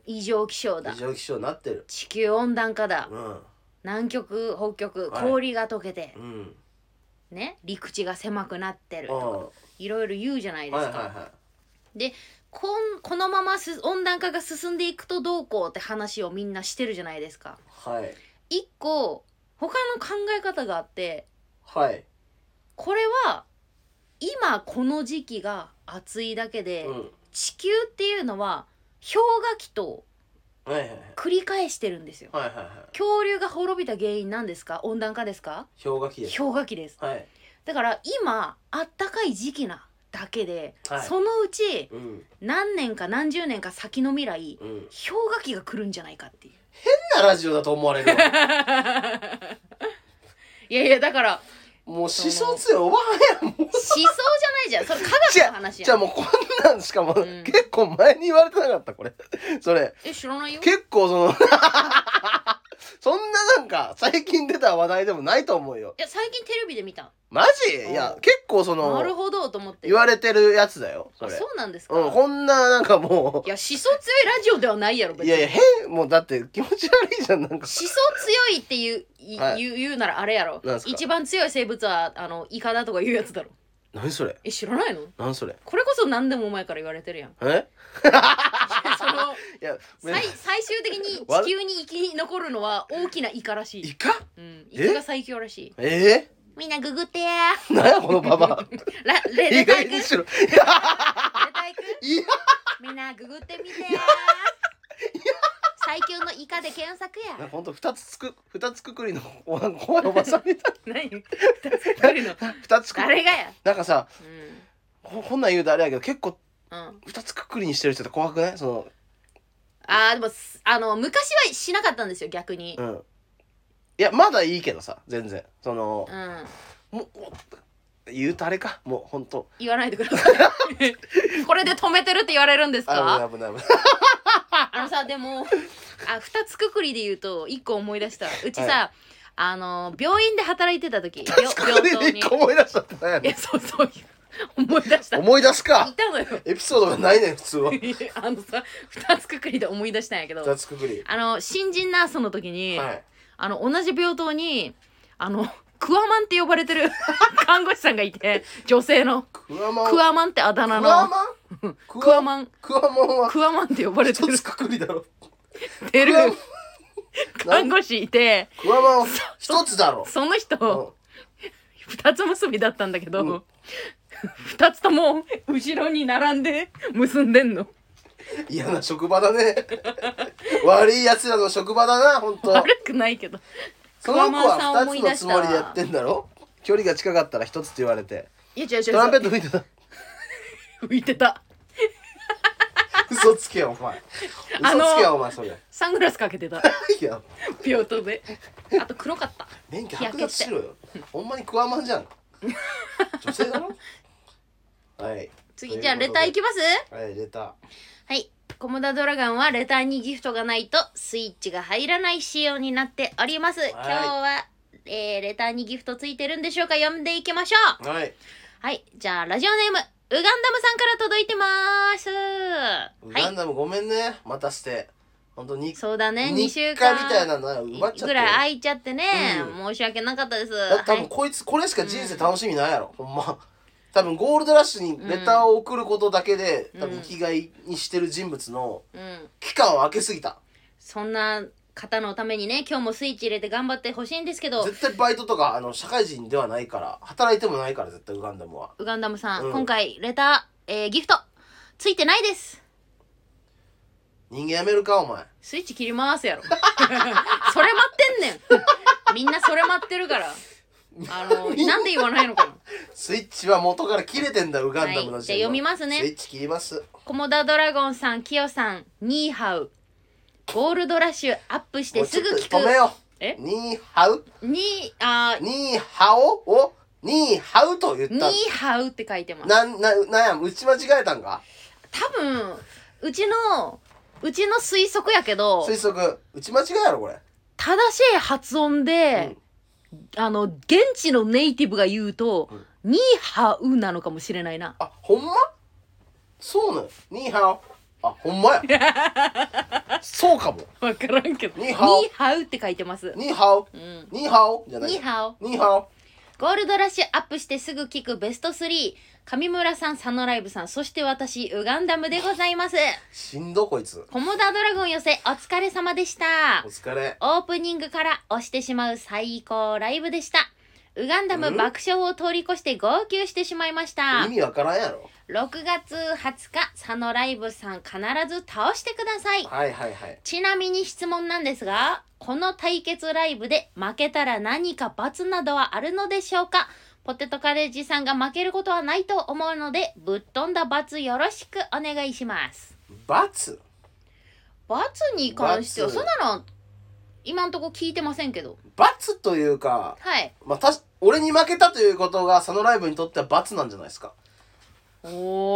Speaker 1: 異常気象だ
Speaker 2: 異常気象になってる
Speaker 1: 地球温暖化だ
Speaker 2: うん
Speaker 1: 南極北極
Speaker 2: はい
Speaker 1: 氷が溶けて、
Speaker 2: うん
Speaker 1: ね陸地が狭くなってる
Speaker 2: うん
Speaker 1: とか
Speaker 2: はい
Speaker 1: ろいろ言うじゃない
Speaker 2: い
Speaker 1: で
Speaker 2: はい
Speaker 1: すか、
Speaker 2: は
Speaker 1: こんこのまます温暖化が進んでいくとどうこうって話をみんなしてるじゃないですか
Speaker 2: いはい
Speaker 1: 一個他の考え方があって
Speaker 2: はい
Speaker 1: これは今この時期が暑いだけで、
Speaker 2: うん
Speaker 1: 地球っていうのは氷河期と
Speaker 2: はいはいはい
Speaker 1: 繰り返してるんですよ
Speaker 2: はいはいはい
Speaker 1: 恐竜が滅びた原因なんですか温暖化ですか
Speaker 2: 氷河期です
Speaker 1: 氷河期です
Speaker 2: はい
Speaker 1: だから今あったかい時期なだけで、
Speaker 2: はい
Speaker 1: そのうち
Speaker 2: うん
Speaker 1: 何年か何十年か先の未来
Speaker 2: うん変
Speaker 1: 氷河期が来るんじゃないかって いう
Speaker 2: なラジオだと思われるわ
Speaker 1: いやいやだから
Speaker 2: もう思想強いおばあやんもう
Speaker 1: 思想じゃないじゃんそれ科学の話
Speaker 2: じゃ
Speaker 1: や
Speaker 2: あ
Speaker 1: ん
Speaker 2: もうこんなんしかも、
Speaker 1: うん
Speaker 2: 結構前に言われてなかったこれそれ
Speaker 1: え知らないよ
Speaker 2: 結構その そんななんか、最近出た話題でもないと思うよ。
Speaker 1: いや最近テレビで見た
Speaker 2: マジいや
Speaker 1: うん、
Speaker 2: 結構そ
Speaker 1: なる
Speaker 2: の、
Speaker 1: ほどと思って
Speaker 2: 言われてるやつだよ、そ
Speaker 1: あ
Speaker 2: れ。
Speaker 1: そうなんですか、
Speaker 2: うん、こんななんかも
Speaker 1: いや思想強いラジオではないやろ
Speaker 2: う、
Speaker 1: 別
Speaker 2: い
Speaker 1: に
Speaker 2: やいや、変、もうだって気持ち悪いじゃん、なんか。
Speaker 1: 思想強いっていうい
Speaker 2: はい
Speaker 1: 言う言うならあれやろ
Speaker 2: なんすか
Speaker 1: 一番強い生物はあのイカだとか言うやつだろ
Speaker 2: 何それ
Speaker 1: え知らないの
Speaker 2: 何それ
Speaker 1: これこそ何でも前から言われて るやん
Speaker 2: え
Speaker 1: その
Speaker 2: いや、め
Speaker 1: 最最終的に地球に生き残るのは大きなイカらし
Speaker 2: イ
Speaker 1: い、
Speaker 2: カ
Speaker 1: うん、イ
Speaker 2: え
Speaker 1: カが最強らしい
Speaker 2: え
Speaker 1: みんなググってや
Speaker 2: えなんやこのバ バア。
Speaker 1: ーラレレ
Speaker 2: 意
Speaker 1: タイ
Speaker 2: 外
Speaker 1: ク
Speaker 2: に
Speaker 1: レ
Speaker 2: しろ。
Speaker 1: タイク
Speaker 2: いや、
Speaker 1: みんなググってみてやー最強のイカで検索
Speaker 2: なんか
Speaker 1: や
Speaker 2: ほんと二つつく、二つくくりの、おなんか怖いおばさんみたい。
Speaker 1: 何誰の
Speaker 2: 二つくくり。
Speaker 1: 誰がや
Speaker 2: なんかさ、
Speaker 1: う
Speaker 2: ここんなん言うとあれやけど、結構
Speaker 1: ん、うん、
Speaker 2: 二つくくりにしてる人って怖くないその、
Speaker 1: あーでもすあの昔はしなかったんですよ逆に
Speaker 2: う、ん。いや、まだいいけどさ、全然。その
Speaker 1: う、ん、
Speaker 2: もう、もう言うとあれか。もうほんと。
Speaker 1: 言わないでください これで止めてるって言われるんです
Speaker 2: 危な
Speaker 1: か
Speaker 2: い危ない危ない。
Speaker 1: あのさでもあ二つくくりで言うと一個思い出したうちさ、
Speaker 2: は
Speaker 1: あの病院で働いてた時
Speaker 2: 二つくくりで一個思い出したってなんや
Speaker 1: い
Speaker 2: ね
Speaker 1: やそうそういう思い出した
Speaker 2: ん
Speaker 1: い
Speaker 2: 思い出すか
Speaker 1: たのよ
Speaker 2: エピソードがないねん、普通は。
Speaker 1: あのさ二つくくりで思い出したんやけど
Speaker 2: 二つくくり。
Speaker 1: あの新人ナースの時に、
Speaker 2: はい。
Speaker 1: あの同じ病棟にあのクワマンって呼ばれてる 看護師さんがいて女性の
Speaker 2: クワマン。
Speaker 1: クワマンってあだ名
Speaker 2: クワ
Speaker 1: の
Speaker 2: マン
Speaker 1: クワマン
Speaker 2: クワマンは
Speaker 1: クワマンって呼ばれて
Speaker 2: 一
Speaker 1: る
Speaker 2: つくくりだろ。
Speaker 1: てる
Speaker 2: クワマン
Speaker 1: 看護師いて
Speaker 2: クワマンは一つだろ。
Speaker 1: その
Speaker 2: うん
Speaker 1: 人二つ結びだったんだけ
Speaker 2: う
Speaker 1: ど
Speaker 2: ん
Speaker 1: 二、つとも後ろに並んで結んでんの
Speaker 2: 嫌な職場 だね。悪い奴らの職場だな、ほんと。
Speaker 1: 悪くないけど
Speaker 2: その子
Speaker 1: クワマンさん
Speaker 2: は
Speaker 1: 思
Speaker 2: 二
Speaker 1: い
Speaker 2: つの
Speaker 1: 出
Speaker 2: つ
Speaker 1: した
Speaker 2: もりでやってんだろ距離が近かったら一つって言われて。
Speaker 1: いや違う違う
Speaker 2: トランペッ
Speaker 1: 違
Speaker 2: ト吹 いてた。
Speaker 1: う浮いてた
Speaker 2: 嘘つけよ、お前。
Speaker 1: あの
Speaker 2: 嘘つけよ、お前、それ。
Speaker 1: サングラスかけて た
Speaker 2: いや、
Speaker 1: 病棟であと黒かった
Speaker 2: 免許
Speaker 1: 日焼
Speaker 2: 剥
Speaker 1: け
Speaker 2: 奪
Speaker 1: して
Speaker 2: しろよ。ほんまにクワマンじゃん。女性だろはい。
Speaker 1: 次じゃあレターいきます
Speaker 2: はい、レタ
Speaker 1: はい。コモダドラガンはレターにギフトがないとスイッチが入らない仕様になっております。今日は、えー、レターにギフトついてるんでしょうか読んでいきましょう。
Speaker 2: ー。はい。
Speaker 1: はい。じゃあ、ラジオネーム、ウガンダムさんから届いてます。
Speaker 2: ガ
Speaker 1: は
Speaker 2: ンダムごめんね。待たせて。ほんとに
Speaker 1: い。、そうだね、
Speaker 2: 日
Speaker 1: 2週
Speaker 2: 課
Speaker 1: 間。
Speaker 2: みたいなのは奪っちゃって
Speaker 1: ぐ
Speaker 2: る
Speaker 1: らい空いちゃってね、
Speaker 2: う
Speaker 1: 申し訳なかったです。
Speaker 2: だって多
Speaker 1: は
Speaker 2: 分
Speaker 1: い。
Speaker 2: こいつこれしか人生楽しみないやろ、ほんま多分ゴールドラッシュにレターを送ることだけで、
Speaker 1: うん
Speaker 2: 多分生きがいにしてる人物の
Speaker 1: うん。
Speaker 2: 期間を空けすぎた
Speaker 1: そんな方のためにね、今日もスイッチ入れて頑張ってほしいんですけど、
Speaker 2: 絶対バイトとかあの社会人ではないから働いてもないから絶対ウガンダムは
Speaker 1: ウガンダムさん、
Speaker 2: うん
Speaker 1: 今回、レター、えー、ギフト、ついてないです。
Speaker 2: 人間やめるかお前
Speaker 1: スイッチ切りますやろ それ待ってんねんみんなそれ待ってるからあ のなんで言わないのかな
Speaker 2: スイッチは元から切れてんだウガンダム
Speaker 1: は
Speaker 2: の
Speaker 1: いじゃあ読みますね
Speaker 2: スイッチ切ります
Speaker 1: コモダドラゴンさんキヨさんニーハウゴールドラッシュアップしてすぐ聞
Speaker 2: もうちょっと止め
Speaker 1: く
Speaker 2: よ
Speaker 1: え
Speaker 2: ニーハウ
Speaker 1: にあー
Speaker 2: ニーハオをニーハウと言っ
Speaker 1: ニ
Speaker 2: た
Speaker 1: ーハウって書いてます
Speaker 2: なんななんや打ち間違えたんか
Speaker 1: 多分うちのうちの推測やけど
Speaker 2: 推測打ち間違えやろこれ
Speaker 1: 正しい発音で、あの現地のネイティブが言うと、ニーハウなのかもしれないな
Speaker 2: あ、ほんまそうなのニーハオ。あ、ほ んまや。そうかも。
Speaker 1: わからんけど。
Speaker 2: ニーハオ
Speaker 1: ニーハウって書いてます。
Speaker 2: ニーハオ。
Speaker 1: うん。
Speaker 2: ニーハオじゃない。
Speaker 1: ニーハオ。
Speaker 2: オ。ニーハオ。
Speaker 1: ゴールドラッシュアップしてすぐ聞くベスト3。上村さん、佐野ライブさん、そして私、ウガンダムでございます。
Speaker 2: しんどこいつ。
Speaker 1: コモダドラゴン寄せ、お疲れ様でした。
Speaker 2: お疲れ。
Speaker 1: オープニングから押してしまう最高ライブでした。ウガンダム
Speaker 2: ん
Speaker 1: 爆笑を通り越して号泣してしまいました
Speaker 2: 意。味わからんやろ。
Speaker 1: 6月20日、佐野ライブさん必ず倒してください。
Speaker 2: はいはいはい。
Speaker 1: ちなみに質問なんですが、この対決ライブで負けたら何か罰などはあるのでしょうかポテトカレッジさんが負けることはないと思うので、ぶっ飛んだ罰よろしくお願いします。
Speaker 2: 罰
Speaker 1: 罰に関しては、
Speaker 2: 罰
Speaker 1: そんなの今んとこ聞いてませんけど。
Speaker 2: 罰というか、
Speaker 1: はい。
Speaker 2: まあ、たし、俺に負けたということが、佐野ライブにとっては罰なんじゃないですか。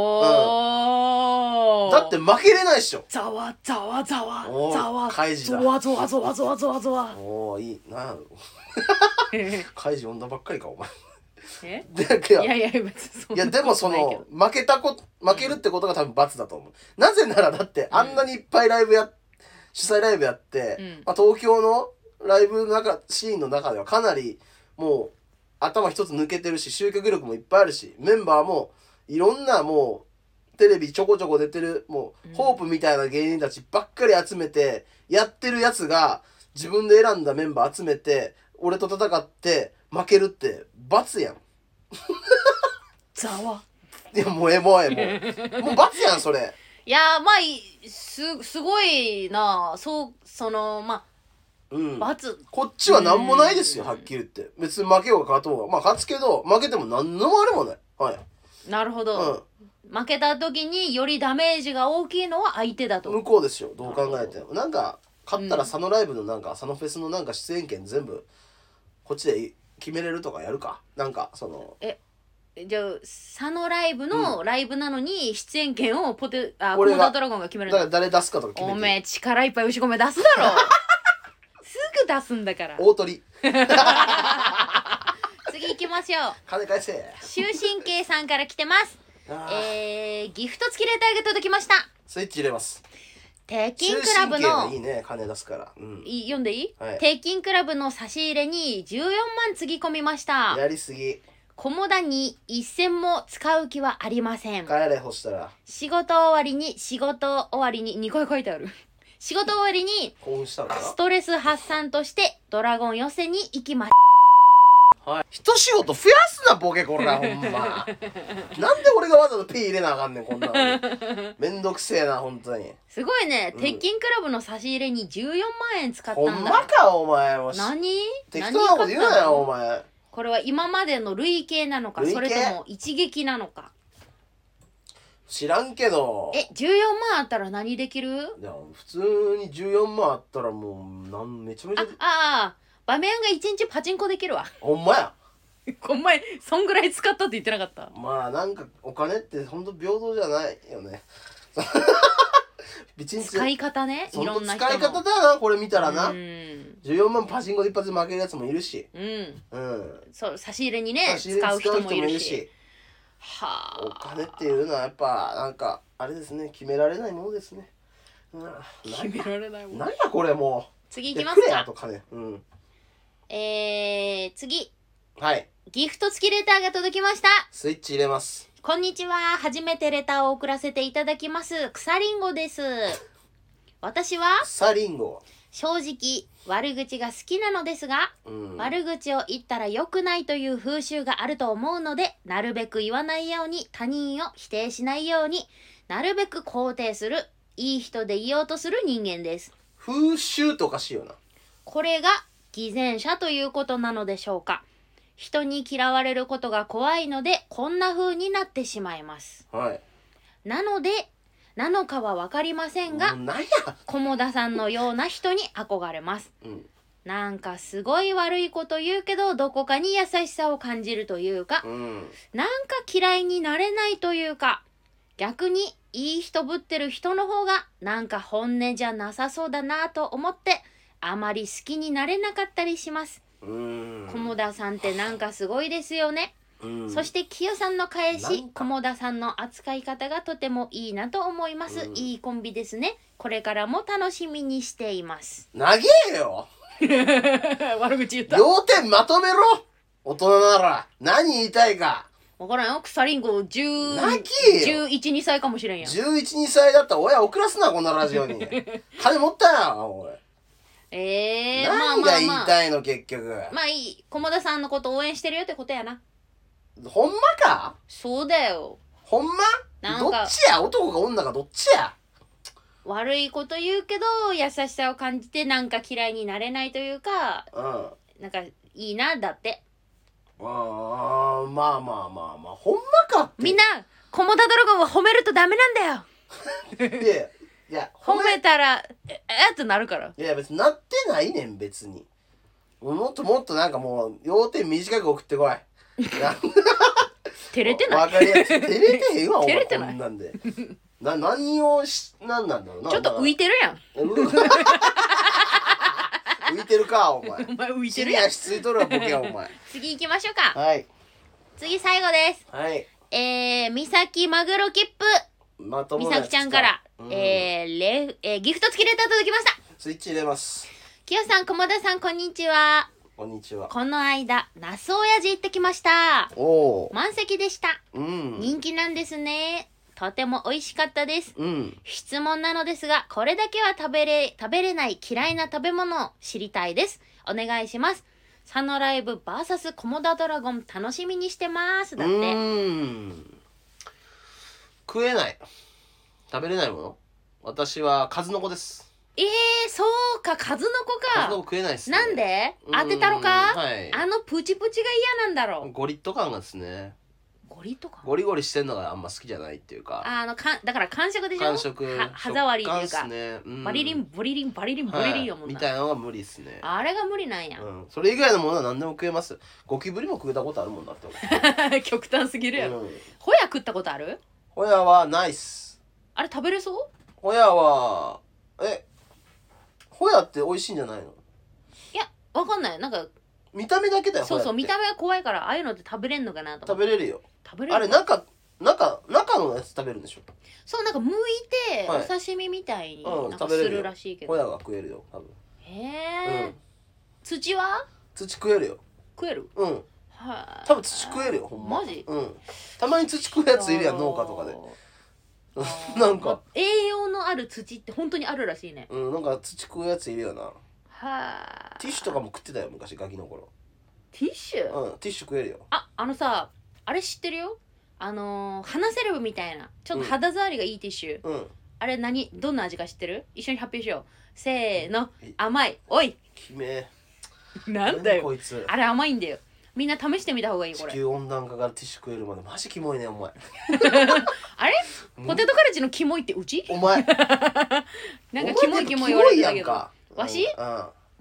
Speaker 1: おー、
Speaker 2: だって負けれないっしょ
Speaker 1: ざわざわざわ
Speaker 2: おー
Speaker 1: ざわ
Speaker 2: カイジだ
Speaker 1: ぞわぞわぞわぞわぞわぞ わ
Speaker 2: おおいいなんやろ
Speaker 1: え
Speaker 2: カイジ呼んだばっかりかお前 だけ
Speaker 1: い
Speaker 2: ど
Speaker 1: やいや別にそん
Speaker 2: い
Speaker 1: な
Speaker 2: やでもそ
Speaker 1: ことないけ
Speaker 2: の負けたこ負けるってことが多分罰だと思うなぜならだってあんなにいっぱいライブや、主催ライブやって、
Speaker 1: うん
Speaker 2: まあ、東京のライブの中シーンの中ではかなりもう頭一つ抜けてるし集客力もいっぱいあるしメンバーもいろんなもうテレビちょこちょこ出てるもう、
Speaker 1: うん
Speaker 2: ホープみたいな芸人たちばっかり集めてやってるやつが自分で選んだメンバー集めて俺と戦って負けるって罰やん。
Speaker 1: ざわ
Speaker 2: いやもうええもう ええもうもう罰やんそれ
Speaker 1: いやまあいすすごいなそうそのま
Speaker 2: うん
Speaker 1: あ罰
Speaker 2: こっちは何もないですよ
Speaker 1: うん
Speaker 2: はっきり言って別に負けようが勝とうがまあ勝つけど負けても何のあれもないはい
Speaker 1: なるほど、
Speaker 2: う
Speaker 1: 負けた時によりダメージが大きいのは相手だと
Speaker 2: ん向こうですよどう考えてもなんか勝ったら佐野ライブのなんか佐野フェスのなんか出演権全部こっちで決めれるとかやるかなんかその
Speaker 1: じゃあ佐野ライブのライブなのに出演権をポテあコ
Speaker 2: 俺
Speaker 1: モ
Speaker 2: が
Speaker 1: ダドラゴンが決め
Speaker 2: だ
Speaker 1: るん
Speaker 2: か
Speaker 1: だ
Speaker 2: ら誰出すかとか決
Speaker 1: お
Speaker 2: め
Speaker 1: め
Speaker 2: て
Speaker 1: え力いっぱい牛込め出すだろすぐ出すんだから
Speaker 2: 大鳥
Speaker 1: 次行きましょう
Speaker 2: 金返せ
Speaker 1: 終身刑さんから来てます
Speaker 2: あー
Speaker 1: えー、ギフト付きレターが届きました
Speaker 2: スイッチ入れます
Speaker 1: 鉄
Speaker 2: 中
Speaker 1: 筋クラブ
Speaker 2: 心系が
Speaker 1: の
Speaker 2: いいね金出すからうん
Speaker 1: い読んでいい、
Speaker 2: はい
Speaker 1: 鉄筋クラブの差し入れに14万つぎ込みました
Speaker 2: やりすぎ
Speaker 1: 菰田に一銭も使う気はありません
Speaker 2: 帰れほしたら
Speaker 1: 仕事終わりに仕事終わりに2回書いてある 仕事終わりに
Speaker 2: 興奮したのかな
Speaker 1: ストレス発散としてドラゴン寄せに行きます
Speaker 2: はい、一仕事増やすなボケこらほん まなんで俺がわざとピー入れなあかんねんこんなの にめんどくせえな本当に
Speaker 1: すごいね、
Speaker 2: うん
Speaker 1: 鉄筋クラブの差し入れに14万円使った
Speaker 2: ほん
Speaker 1: ん
Speaker 2: ま
Speaker 1: だ
Speaker 2: かお前もうし
Speaker 1: 何
Speaker 2: 適当なこと言う
Speaker 1: 何買っ
Speaker 2: な
Speaker 1: た
Speaker 2: よ
Speaker 1: の
Speaker 2: お前
Speaker 1: これは今までの累計なのか
Speaker 2: 累計
Speaker 1: それとも一撃なのか
Speaker 2: 知らんけど
Speaker 1: え14万あったら何できる
Speaker 2: いや普通に14万あったらもうなんめちゃめち
Speaker 1: あ
Speaker 2: ゃ
Speaker 1: ああ場面が一日パチンコできる わ
Speaker 2: ほんまや
Speaker 1: こんまにそんぐらい使ったって言ってなかった
Speaker 2: まあなんかお金ってほんと平等じゃないよね 一日
Speaker 1: 使い方ね
Speaker 2: そ
Speaker 1: いろ
Speaker 2: の
Speaker 1: んな人
Speaker 2: 使
Speaker 1: の
Speaker 2: い方だなこれ見たらな
Speaker 1: うん
Speaker 2: 14万パチンコで一発で負けるやつもいるし
Speaker 1: うん
Speaker 2: うん
Speaker 1: そう差し入れにね
Speaker 2: 差し入れに
Speaker 1: 使う人もいるし
Speaker 2: お
Speaker 1: はあ
Speaker 2: 金っていうのはやっぱなんかあれですね決められないものですね、うん、な
Speaker 1: 決められないもん
Speaker 2: なんやこれもう
Speaker 1: 次
Speaker 2: い
Speaker 1: いき
Speaker 2: や
Speaker 1: ま
Speaker 2: く
Speaker 1: す
Speaker 2: れや
Speaker 1: か
Speaker 2: と金うん
Speaker 1: えー、次
Speaker 2: はい
Speaker 1: ギフト付きレターが届きました
Speaker 2: スイッチ入れます
Speaker 1: こんにちは。初めてレターを送らせていただきます。草りんごです。私は
Speaker 2: サリンゴ
Speaker 1: 正直悪口が好きなのですが、
Speaker 2: うん
Speaker 1: 悪口を言ったら良くないという風習があると思うので、なるべく言わないように他人を否定しないようになるべく肯定する、いい人でいようとする人間です。
Speaker 2: 風習とかしいよな
Speaker 1: これが偽善者ということなのでしょうか。人に嫌われることが怖いので、こんな風になってしまいます。
Speaker 2: はい
Speaker 1: なのでなのかは分かりませんが
Speaker 2: もうなんや
Speaker 1: 菰田さんのような人に憧れます
Speaker 2: うん
Speaker 1: なんかすごい悪いこと言うけどどこかに優しさを感じるというか
Speaker 2: うん
Speaker 1: なんか嫌いになれないというか逆にいい人ぶってる人の方がなんか本音じゃなさそうだなと思ってあまり好きになれなかったりします
Speaker 2: うん
Speaker 1: 菰田さんってなんかすごいですよね
Speaker 2: うん
Speaker 1: そしてキヨさんの返
Speaker 2: な
Speaker 1: し
Speaker 2: んか
Speaker 1: 菰田さんの扱い方がとてもいいなと思います、
Speaker 2: うん
Speaker 1: いいコンビですねこれからも楽しみにしています
Speaker 2: 長えよ
Speaker 1: 悪口言っ
Speaker 2: 要点まとめろ大人なら何言いたいか
Speaker 1: 分からんよ草りんご
Speaker 2: 泣
Speaker 1: 1112
Speaker 2: きよ
Speaker 1: 歳かもしれんやん、
Speaker 2: 112歳だったら親送らすなこんなラジオに金持ったなおい
Speaker 1: えー、まあ
Speaker 2: 何
Speaker 1: ま
Speaker 2: が
Speaker 1: あ
Speaker 2: 言い
Speaker 1: まあ
Speaker 2: たいの結局
Speaker 1: まあいい菰田さんのこと応援してるよってことやな
Speaker 2: ほんまか
Speaker 1: そうだよ
Speaker 2: ほん
Speaker 1: な
Speaker 2: ま
Speaker 1: ん
Speaker 2: どっ
Speaker 1: か
Speaker 2: ちや男か女かどっちや
Speaker 1: 悪いこと言うけど優しさを感じてなんか嫌いになれないというか
Speaker 2: うんあ
Speaker 1: なんかいいなだって
Speaker 2: あまあまあまあまあほんまかって
Speaker 1: みんな菰田ドラゴンは褒めるとダメなんだよ
Speaker 2: でいや
Speaker 1: 褒めたらええってなるから
Speaker 2: いや別になってないねん別に もっともっとなんかもう要点短く送ってこいな
Speaker 1: 照れてな
Speaker 2: わ
Speaker 1: い
Speaker 2: かりやすい。照れてへんわ、お
Speaker 1: 照
Speaker 2: 前。
Speaker 1: れて
Speaker 2: こ
Speaker 1: ない
Speaker 2: んなんで。な、何をし、なんなんだろうな。
Speaker 1: ちょっと浮いてるやん
Speaker 2: お前 浮いてるか、お前。
Speaker 1: お前浮いて
Speaker 2: シ
Speaker 1: る
Speaker 2: リ
Speaker 1: やん
Speaker 2: アしついとるわ、ボケ、お前。
Speaker 1: 次行きましょうか
Speaker 2: はい。
Speaker 1: 次最後です
Speaker 2: はい。
Speaker 1: えー、みさきマグロ切符
Speaker 2: まと
Speaker 1: み
Speaker 2: もな
Speaker 1: さ
Speaker 2: やつ
Speaker 1: きちゃんから、
Speaker 2: うん
Speaker 1: えーレフえーギフト付きレター届きました
Speaker 2: スイッチ入れます。
Speaker 1: きよさん駒田さんこんにちは
Speaker 2: こんにちは。
Speaker 1: この間那須親父行ってきました
Speaker 2: おおー。
Speaker 1: 満席でした
Speaker 2: うん。
Speaker 1: 人気なんですねとても美味しかったです
Speaker 2: うん。
Speaker 1: 質問なのですがこれだけは食べれ食べれない嫌いな食べ物を知りたいですお願いしますサノライブ VS コモダドラゴン楽しみにしてますだっ
Speaker 2: う
Speaker 1: て
Speaker 2: ーん食えない食べれないもの私は数の子です
Speaker 1: えー、そうか数の
Speaker 2: 数の
Speaker 1: 子
Speaker 2: 子
Speaker 1: か
Speaker 2: 食えないです、ね、
Speaker 1: なんで
Speaker 2: うーん
Speaker 1: 当てたろか
Speaker 2: はい
Speaker 1: あのプチプチが嫌なんだろ
Speaker 2: ゴリッと感がですね
Speaker 1: うゴリとか
Speaker 2: ゴリゴリしてんのがあんま好きじゃないっていうか
Speaker 1: ああのかんだから感触でしょ
Speaker 2: 感触
Speaker 1: は歯触りっていう
Speaker 2: 食感
Speaker 1: か、
Speaker 2: っすねうん
Speaker 1: バリリンボリリンバリリンボ
Speaker 2: はい
Speaker 1: リリンやもん
Speaker 2: み
Speaker 1: な、
Speaker 2: たいなのが無理ですね
Speaker 1: あれが無理なんや、
Speaker 2: うん、それ以外のものは何でも食えますゴキブリも食えたことあるもんだって 俺
Speaker 1: 極端すぎるやろ、
Speaker 2: うん
Speaker 1: ホヤ食ったことある
Speaker 2: ホヤはないっす
Speaker 1: あれ食べれそう
Speaker 2: ホヤはえホヤって美味しいんじゃないの
Speaker 1: いやわかんないなんか
Speaker 2: 見た目だけだよ
Speaker 1: そうそう
Speaker 2: ホヤって
Speaker 1: 見た目が怖いからああいうのって食べれんのかなと思
Speaker 2: 食
Speaker 1: って
Speaker 2: べれるよ
Speaker 1: 食べれる
Speaker 2: あれ中中中のやつ食べるんでしょ
Speaker 1: そうなんか剥いて
Speaker 2: はい
Speaker 1: お刺身みたいに
Speaker 2: うん
Speaker 1: なんか
Speaker 2: 食
Speaker 1: す
Speaker 2: べれる
Speaker 1: る
Speaker 2: よ
Speaker 1: らしいけど、
Speaker 2: ホヤが食えるよ多分
Speaker 1: へえ、
Speaker 2: うん
Speaker 1: 土は
Speaker 2: 土食えるよ
Speaker 1: 食える
Speaker 2: うん
Speaker 1: はい
Speaker 2: 多分土食えるよほんま
Speaker 1: マジ
Speaker 2: うんたまに土食うやついるやん農家とかで なんか
Speaker 1: 栄養のある土って本当にあるらしいね
Speaker 2: うんなんか土食うやついるよな
Speaker 1: はい
Speaker 2: ティッシュとかも食ってたよ昔ガキの頃
Speaker 1: ティッシュ、
Speaker 2: うんティッシュ食えるよ
Speaker 1: ああのさあれ知ってるよあのー、花セレブみたいなちょっと肌触りがいいティッシュ、
Speaker 2: うん
Speaker 1: あれ何どんな味か知ってる一緒に発表しようせーの
Speaker 2: え
Speaker 1: 甘いおい
Speaker 2: きめ
Speaker 1: な
Speaker 2: 何こいつ
Speaker 1: あれ甘いんだよみんな試してみた方がいいこ
Speaker 2: 地
Speaker 1: れ
Speaker 2: 球温暖化からティッシュ食えるまでマジキモいねお前
Speaker 1: あれ
Speaker 2: うん
Speaker 1: ポテトカレッジのキモいってうち
Speaker 2: お
Speaker 1: な
Speaker 2: 前
Speaker 1: んか
Speaker 2: お前
Speaker 1: キモいキモい言われてたけ
Speaker 2: キモいやん
Speaker 1: ど
Speaker 2: か
Speaker 1: わし
Speaker 2: う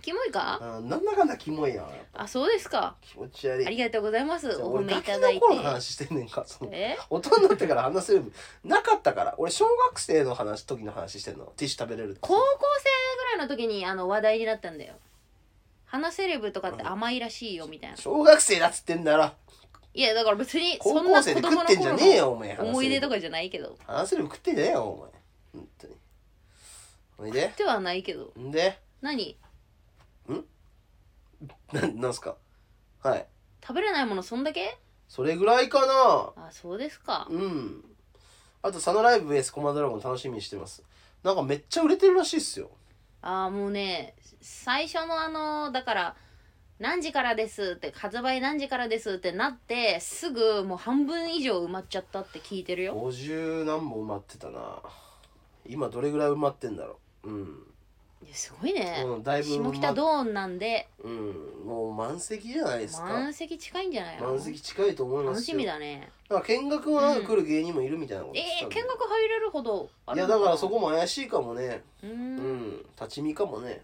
Speaker 1: キモいか
Speaker 2: んうんなんだかんだキモいやん
Speaker 1: あそうですか
Speaker 2: 気持ち悪い
Speaker 1: ありがとうございます
Speaker 2: じゃあ
Speaker 1: お褒
Speaker 2: 俺
Speaker 1: めい
Speaker 2: ガキ
Speaker 1: ただい
Speaker 2: の
Speaker 1: て
Speaker 2: 頃の話してんねんかその
Speaker 1: え
Speaker 2: 大人になってから話せるなかったから俺小学生の話時の話してんのティッシュ食べれるって
Speaker 1: 高校生ぐらいの時にあの話題になったんだよ花セレブとかって甘いらしいよみたいな
Speaker 2: 小学生だっつってんなら
Speaker 1: いやだから別にそ
Speaker 2: 高
Speaker 1: んな子
Speaker 2: 校生で
Speaker 1: 供
Speaker 2: 食
Speaker 1: の
Speaker 2: ってんじゃ
Speaker 1: 頃
Speaker 2: ねえ
Speaker 1: の
Speaker 2: よお前
Speaker 1: 思い出と
Speaker 2: か
Speaker 1: かじゃないけど
Speaker 2: 話せる食ってんじゃねえよお前本当においで
Speaker 1: ではないけど
Speaker 2: んで
Speaker 1: 何
Speaker 2: な なんすかはい
Speaker 1: 食べれないものそんだけ
Speaker 2: それぐらいかな
Speaker 1: あそうですか
Speaker 2: うんあとサノライブ VS コマンドラゴン楽しみにしてますなんかめっちゃ売れてるらしいっすよ
Speaker 1: ああもうね最初のあのだから何時からですって発売何時からですってなってすぐもう半分以上埋まっちゃったって聞いてるよ
Speaker 2: 50何本埋まってたな今どれぐらい埋まってんだろううん
Speaker 1: いやすごいね、
Speaker 2: うんだいぶ埋ま
Speaker 1: 下
Speaker 2: っ
Speaker 1: 北ドーンなんで
Speaker 2: うん、もう満席じゃないですか。
Speaker 1: 満席近いんじゃないの
Speaker 2: 満席近いと思いますよ。
Speaker 1: 楽しみ。だね
Speaker 2: だから見学もなんか来る芸人もいるみたいなこと
Speaker 1: え
Speaker 2: 言ってた
Speaker 1: ー、
Speaker 2: ん
Speaker 1: 見
Speaker 2: で
Speaker 1: 学入れるほどあ
Speaker 2: い
Speaker 1: れ
Speaker 2: や
Speaker 1: なの
Speaker 2: だ
Speaker 1: な
Speaker 2: からそこも怪しいかもね。
Speaker 1: う
Speaker 2: うんん、立ち見かもね。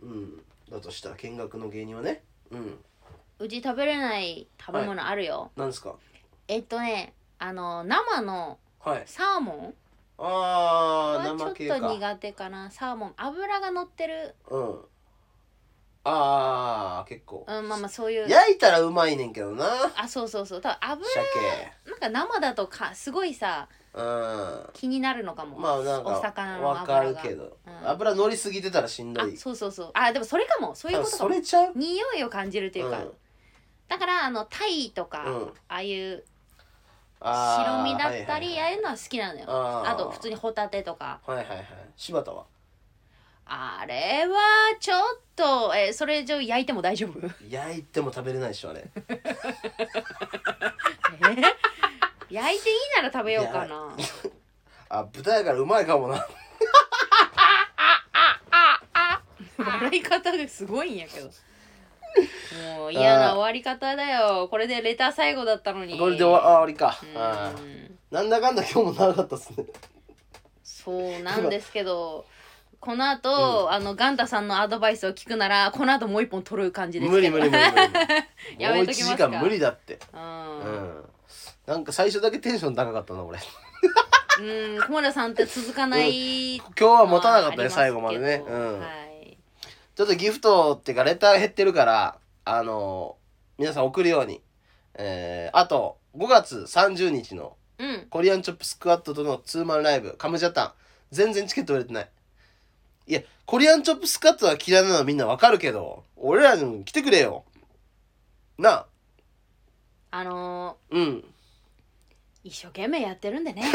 Speaker 2: うん、だとしたら見学の芸人はね。うん、
Speaker 1: うち食べれない食べ物あるよ、
Speaker 2: なんですか。
Speaker 1: えっとねあの生の
Speaker 2: はい。
Speaker 1: サーモン
Speaker 2: ああ、
Speaker 1: は
Speaker 2: 生
Speaker 1: ち
Speaker 2: 系
Speaker 1: ょっと
Speaker 2: か。
Speaker 1: 苦手かなサーモン脂が乗ってる
Speaker 2: うん。ああ、結構。
Speaker 1: うんまあまあそういう
Speaker 2: 焼いたらうまいねんけどな。
Speaker 1: あそうそうそう多分油
Speaker 2: 鮭。
Speaker 1: なんか生だとかすごいさ
Speaker 2: うん。
Speaker 1: 気になるのかも、
Speaker 2: まあなん
Speaker 1: お
Speaker 2: か
Speaker 1: 魚の
Speaker 2: わか
Speaker 1: 油
Speaker 2: る
Speaker 1: が
Speaker 2: けど、
Speaker 1: うん
Speaker 2: 油乗りすぎてたらしんど
Speaker 1: あ
Speaker 2: い
Speaker 1: そうそうそうあでもそれかもそういうことか
Speaker 2: そ
Speaker 1: も
Speaker 2: れちゃう
Speaker 1: 匂いを感じるというか、
Speaker 2: うん
Speaker 1: だからあのタイとか、
Speaker 2: うん
Speaker 1: ああいう白
Speaker 2: あー
Speaker 1: 身だったり、
Speaker 2: はい
Speaker 1: ああ
Speaker 2: はいはい
Speaker 1: いうのは好きなのよ
Speaker 2: あ
Speaker 1: あ
Speaker 2: ー
Speaker 1: と普通にホタテとか
Speaker 2: はいはいはい柴田は
Speaker 1: あれはちょっとえそれ以上焼いても大丈夫
Speaker 2: 焼いても食べれないでしょあれ
Speaker 1: え焼いていいなら食べようかな
Speaker 2: あ豚やからうまいかもな
Speaker 1: 笑い方がすごいんやけどもう嫌な終わり方だよこれでレター最後だったのに
Speaker 2: これで終わあ終わりか
Speaker 1: うん
Speaker 2: あーなんだかんだ今日も長かったっすね
Speaker 1: そうなんですけどこの後、あのガンタさんのアドバイスを聞くならこの後もう一本取る感じです
Speaker 2: 無
Speaker 1: け
Speaker 2: 理
Speaker 1: ど
Speaker 2: 無理無理無 理
Speaker 1: や
Speaker 2: も
Speaker 1: め
Speaker 2: う1
Speaker 1: とき
Speaker 2: 時
Speaker 1: ますか
Speaker 2: 間無理だって
Speaker 1: う
Speaker 2: うんんなんか最初だけテンション高かったな俺
Speaker 1: うん小村さんって続かない、今
Speaker 2: 今日は持たなかったね最後までねうん、
Speaker 1: はい
Speaker 2: ちょっとギフトっていうかレター減ってるからあの皆さん送るようにえー、あと5月30日の
Speaker 1: うん
Speaker 2: コリアンチョップスクワットとのツーマンライブカムジャタン全然チケット売れてないいやコリアンチョップスクワットは嫌いなのはみんなわかるけど俺らにも来てくれよなあ
Speaker 1: あの
Speaker 2: うん
Speaker 1: ー一生懸命やってるん でね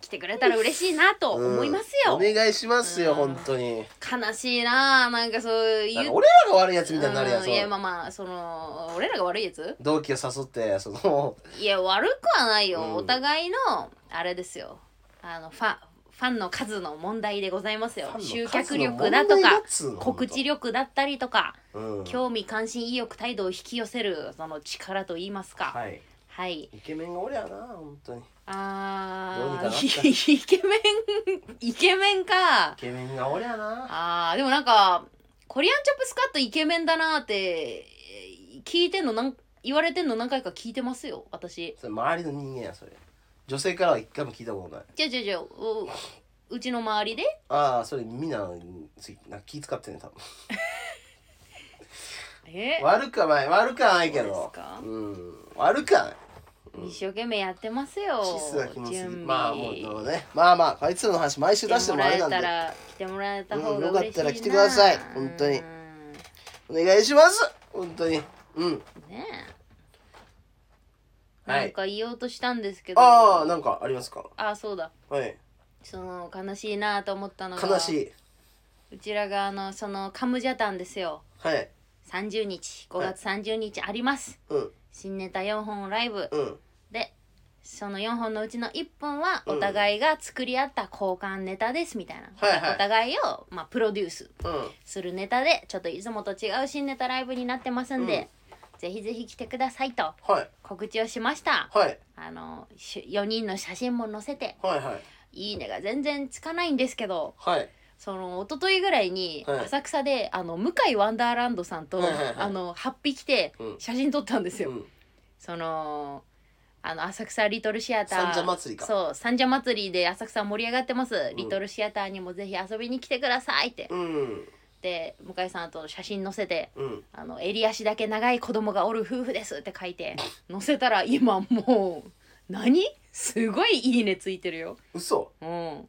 Speaker 1: 来てくれたら嬉しいなと思いますよ、
Speaker 2: うんお願いしますよ、
Speaker 1: うん
Speaker 2: 本当に。
Speaker 1: 悲しいななんかそう
Speaker 2: なん
Speaker 1: 言
Speaker 2: か
Speaker 1: う
Speaker 2: 俺らが悪いやつみたいになるや
Speaker 1: うん
Speaker 2: つ、
Speaker 1: いやまあまあその俺らが悪いやつ
Speaker 2: 同期を誘って、その、
Speaker 1: いや悪くはないよ、
Speaker 2: うん
Speaker 1: お互いのあれですよあのファンファンの数の問題でございますよ
Speaker 2: ファンの数
Speaker 1: 集客力だと
Speaker 2: の問題だ
Speaker 1: か
Speaker 2: っつうの
Speaker 1: 告知力だったりとか
Speaker 2: うん、
Speaker 1: 興味関心意欲態度を引き寄せるその力といいますか
Speaker 2: はい。
Speaker 1: はい、
Speaker 2: イケメンが俺やな、本当に。イどうに
Speaker 1: あ
Speaker 2: かなった
Speaker 1: ー イケメンイケメンか
Speaker 2: ケメンが俺やな。
Speaker 1: あーでもなんかコリアンチョップスカットイケメンだなーってえー聞いてんのなん言われてんの何回か聞いてますよ私
Speaker 2: それ周りの人間や、それ。女性からは一回も聞いたことない。
Speaker 1: じゃじゃじゃううちの周りで
Speaker 2: ああ、それみんな、つなんか気使ってんね、多分。
Speaker 1: え
Speaker 2: 悪くはない、悪くはないけ
Speaker 1: そうで
Speaker 2: ど
Speaker 1: す。か
Speaker 2: うん。悪くはない。
Speaker 1: 一生懸命やってますよ
Speaker 2: 質な気もす
Speaker 1: 準
Speaker 2: る。
Speaker 1: 備
Speaker 2: まあ、もう、どうね。まあまあ、あいつらの話、毎週出
Speaker 1: 来
Speaker 2: してて
Speaker 1: も
Speaker 2: もあ
Speaker 1: ら
Speaker 2: れ
Speaker 1: え
Speaker 2: なん
Speaker 1: た
Speaker 2: で。
Speaker 1: ら来てもらえた方
Speaker 2: うん
Speaker 1: が
Speaker 2: よかっ
Speaker 1: 嬉しい
Speaker 2: た
Speaker 1: な、
Speaker 2: ら来てください本当に
Speaker 1: うん
Speaker 2: お願いします本当にうん
Speaker 1: ねえ、
Speaker 2: はい
Speaker 1: なんか言おうとしたんですけど
Speaker 2: ああなんかありますか
Speaker 1: あそうだ
Speaker 2: はい
Speaker 1: その悲しいなと思ったのが
Speaker 2: 悲しいう
Speaker 1: ちらがあのそのカムジャタンですよ
Speaker 2: はい
Speaker 1: 30日5月30日あります、
Speaker 2: うん
Speaker 1: 新ネタ4本ライブ
Speaker 2: うん
Speaker 1: でその4本のうちの1本はお互いが作り合った交換ネタですみたいな、
Speaker 2: はいはい
Speaker 1: お互いを、まあ、プロデュース
Speaker 2: うん
Speaker 1: するネタでちょっといつもと違う新ネタライブになってますんで、ぜひぜひ来てくださいと
Speaker 2: はい
Speaker 1: 告知をしました
Speaker 2: はい
Speaker 1: あのし4人の写真も載せて
Speaker 2: はいは
Speaker 1: 「
Speaker 2: い
Speaker 1: いいね」が全然つかないんですけど
Speaker 2: はい
Speaker 1: その一昨日ぐらいに
Speaker 2: はい
Speaker 1: 浅草で、あの向井ワンダーランドさんと、
Speaker 2: はいはいはい
Speaker 1: あの8匹来て
Speaker 2: うん
Speaker 1: 写真撮ったんですよ。
Speaker 2: うん
Speaker 1: そのあの浅草リトルシアター
Speaker 2: 三社祭りか
Speaker 1: そう三社祭りで浅草盛り上がってます、リトルシアターにもぜひ遊びに来てくださいって、
Speaker 2: うん
Speaker 1: で向井さんと写真載せて
Speaker 2: うん
Speaker 1: あの襟足だけ長い子供がおる夫婦ですって書いて載せたら今もう何すごいいいねついてるよ。
Speaker 2: 嘘
Speaker 1: うん。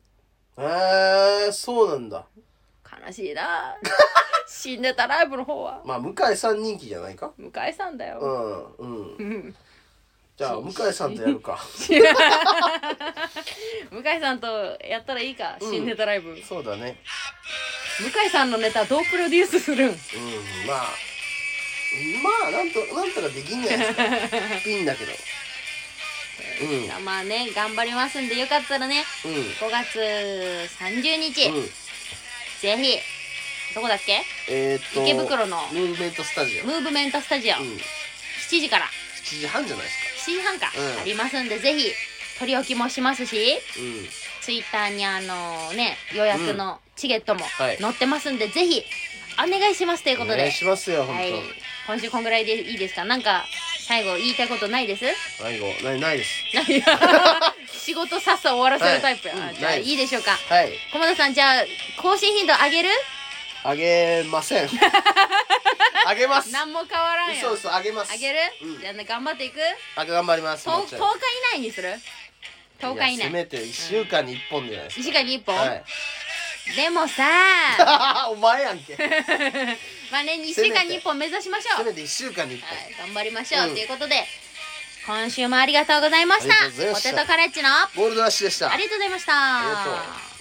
Speaker 2: えー、そうなんだ
Speaker 1: 悲しい な。死んでたライブの方は
Speaker 2: まあ向井さん人気じゃないか
Speaker 1: 向井さんだ
Speaker 2: う
Speaker 1: よ。
Speaker 2: んうん
Speaker 1: うん。
Speaker 2: じゃあ向井さんとやるか
Speaker 1: 向井さんとやったらいいか、死んでたライブ。向
Speaker 2: そうだね
Speaker 1: 井さんのネタどうプロデュースするん。
Speaker 2: うんまあまあなんとなんとかできんじゃな いですかいいんだけどう
Speaker 1: まあね、頑張りますんでよかったらね、
Speaker 2: んうん
Speaker 1: 5月30日、
Speaker 2: うん
Speaker 1: ぜひどこだっけ？
Speaker 2: えー、っと
Speaker 1: 池袋の
Speaker 2: ムーブメントスタジオ
Speaker 1: ムーブメントスタジオ、
Speaker 2: うん
Speaker 1: 7時から
Speaker 2: 7時半じゃないですか
Speaker 1: 7時半か、
Speaker 2: うん
Speaker 1: ありますんでぜひ取り置きもしますし、
Speaker 2: うん
Speaker 1: ツイッターにあのね予約のチケットも
Speaker 2: はい
Speaker 1: 載ってますんで、ぜひお願いしますということ
Speaker 2: お願
Speaker 1: で
Speaker 2: い。しますよ、本
Speaker 1: はい、今週こんぐらいでいいですかなんか最後言いたいこと ないです
Speaker 2: 当。ないご、ない、ないです。
Speaker 1: 仕事さっさ終わらせるタイプ、
Speaker 2: はい
Speaker 1: あ
Speaker 2: うん
Speaker 1: じゃあ
Speaker 2: ない
Speaker 1: い
Speaker 2: で
Speaker 1: いでし
Speaker 2: す
Speaker 1: ょうか
Speaker 2: はい、
Speaker 1: 駒田さんじゃあ更新頻度上げる
Speaker 2: あげませ ん。あげます。
Speaker 1: 何も変わらんよ
Speaker 2: 嘘嘘、あげます。
Speaker 1: 上げる、
Speaker 2: うん
Speaker 1: じゃあ、ね、頑張っていく
Speaker 2: あげ、頑張ります。
Speaker 1: と 10,
Speaker 2: もうち
Speaker 1: 日
Speaker 2: ょい
Speaker 1: 以内にする10日以
Speaker 2: いやせめ
Speaker 1: 内
Speaker 2: て一週間に一本じゃないです
Speaker 1: 1時間に1
Speaker 2: か。
Speaker 1: 本、
Speaker 2: はい。
Speaker 1: でも さ
Speaker 2: お前やんけ。せ
Speaker 1: まあね1週間に1本目指しましょう
Speaker 2: めて一週間に一
Speaker 1: は
Speaker 2: 本。
Speaker 1: い、頑張りましょう、
Speaker 2: うん
Speaker 1: ということで今週もありがとうございました
Speaker 2: ありがとうございました
Speaker 1: ポテトカレッジのあ
Speaker 2: ゴールドラッシュでした。
Speaker 1: りがとうございました
Speaker 2: りがとう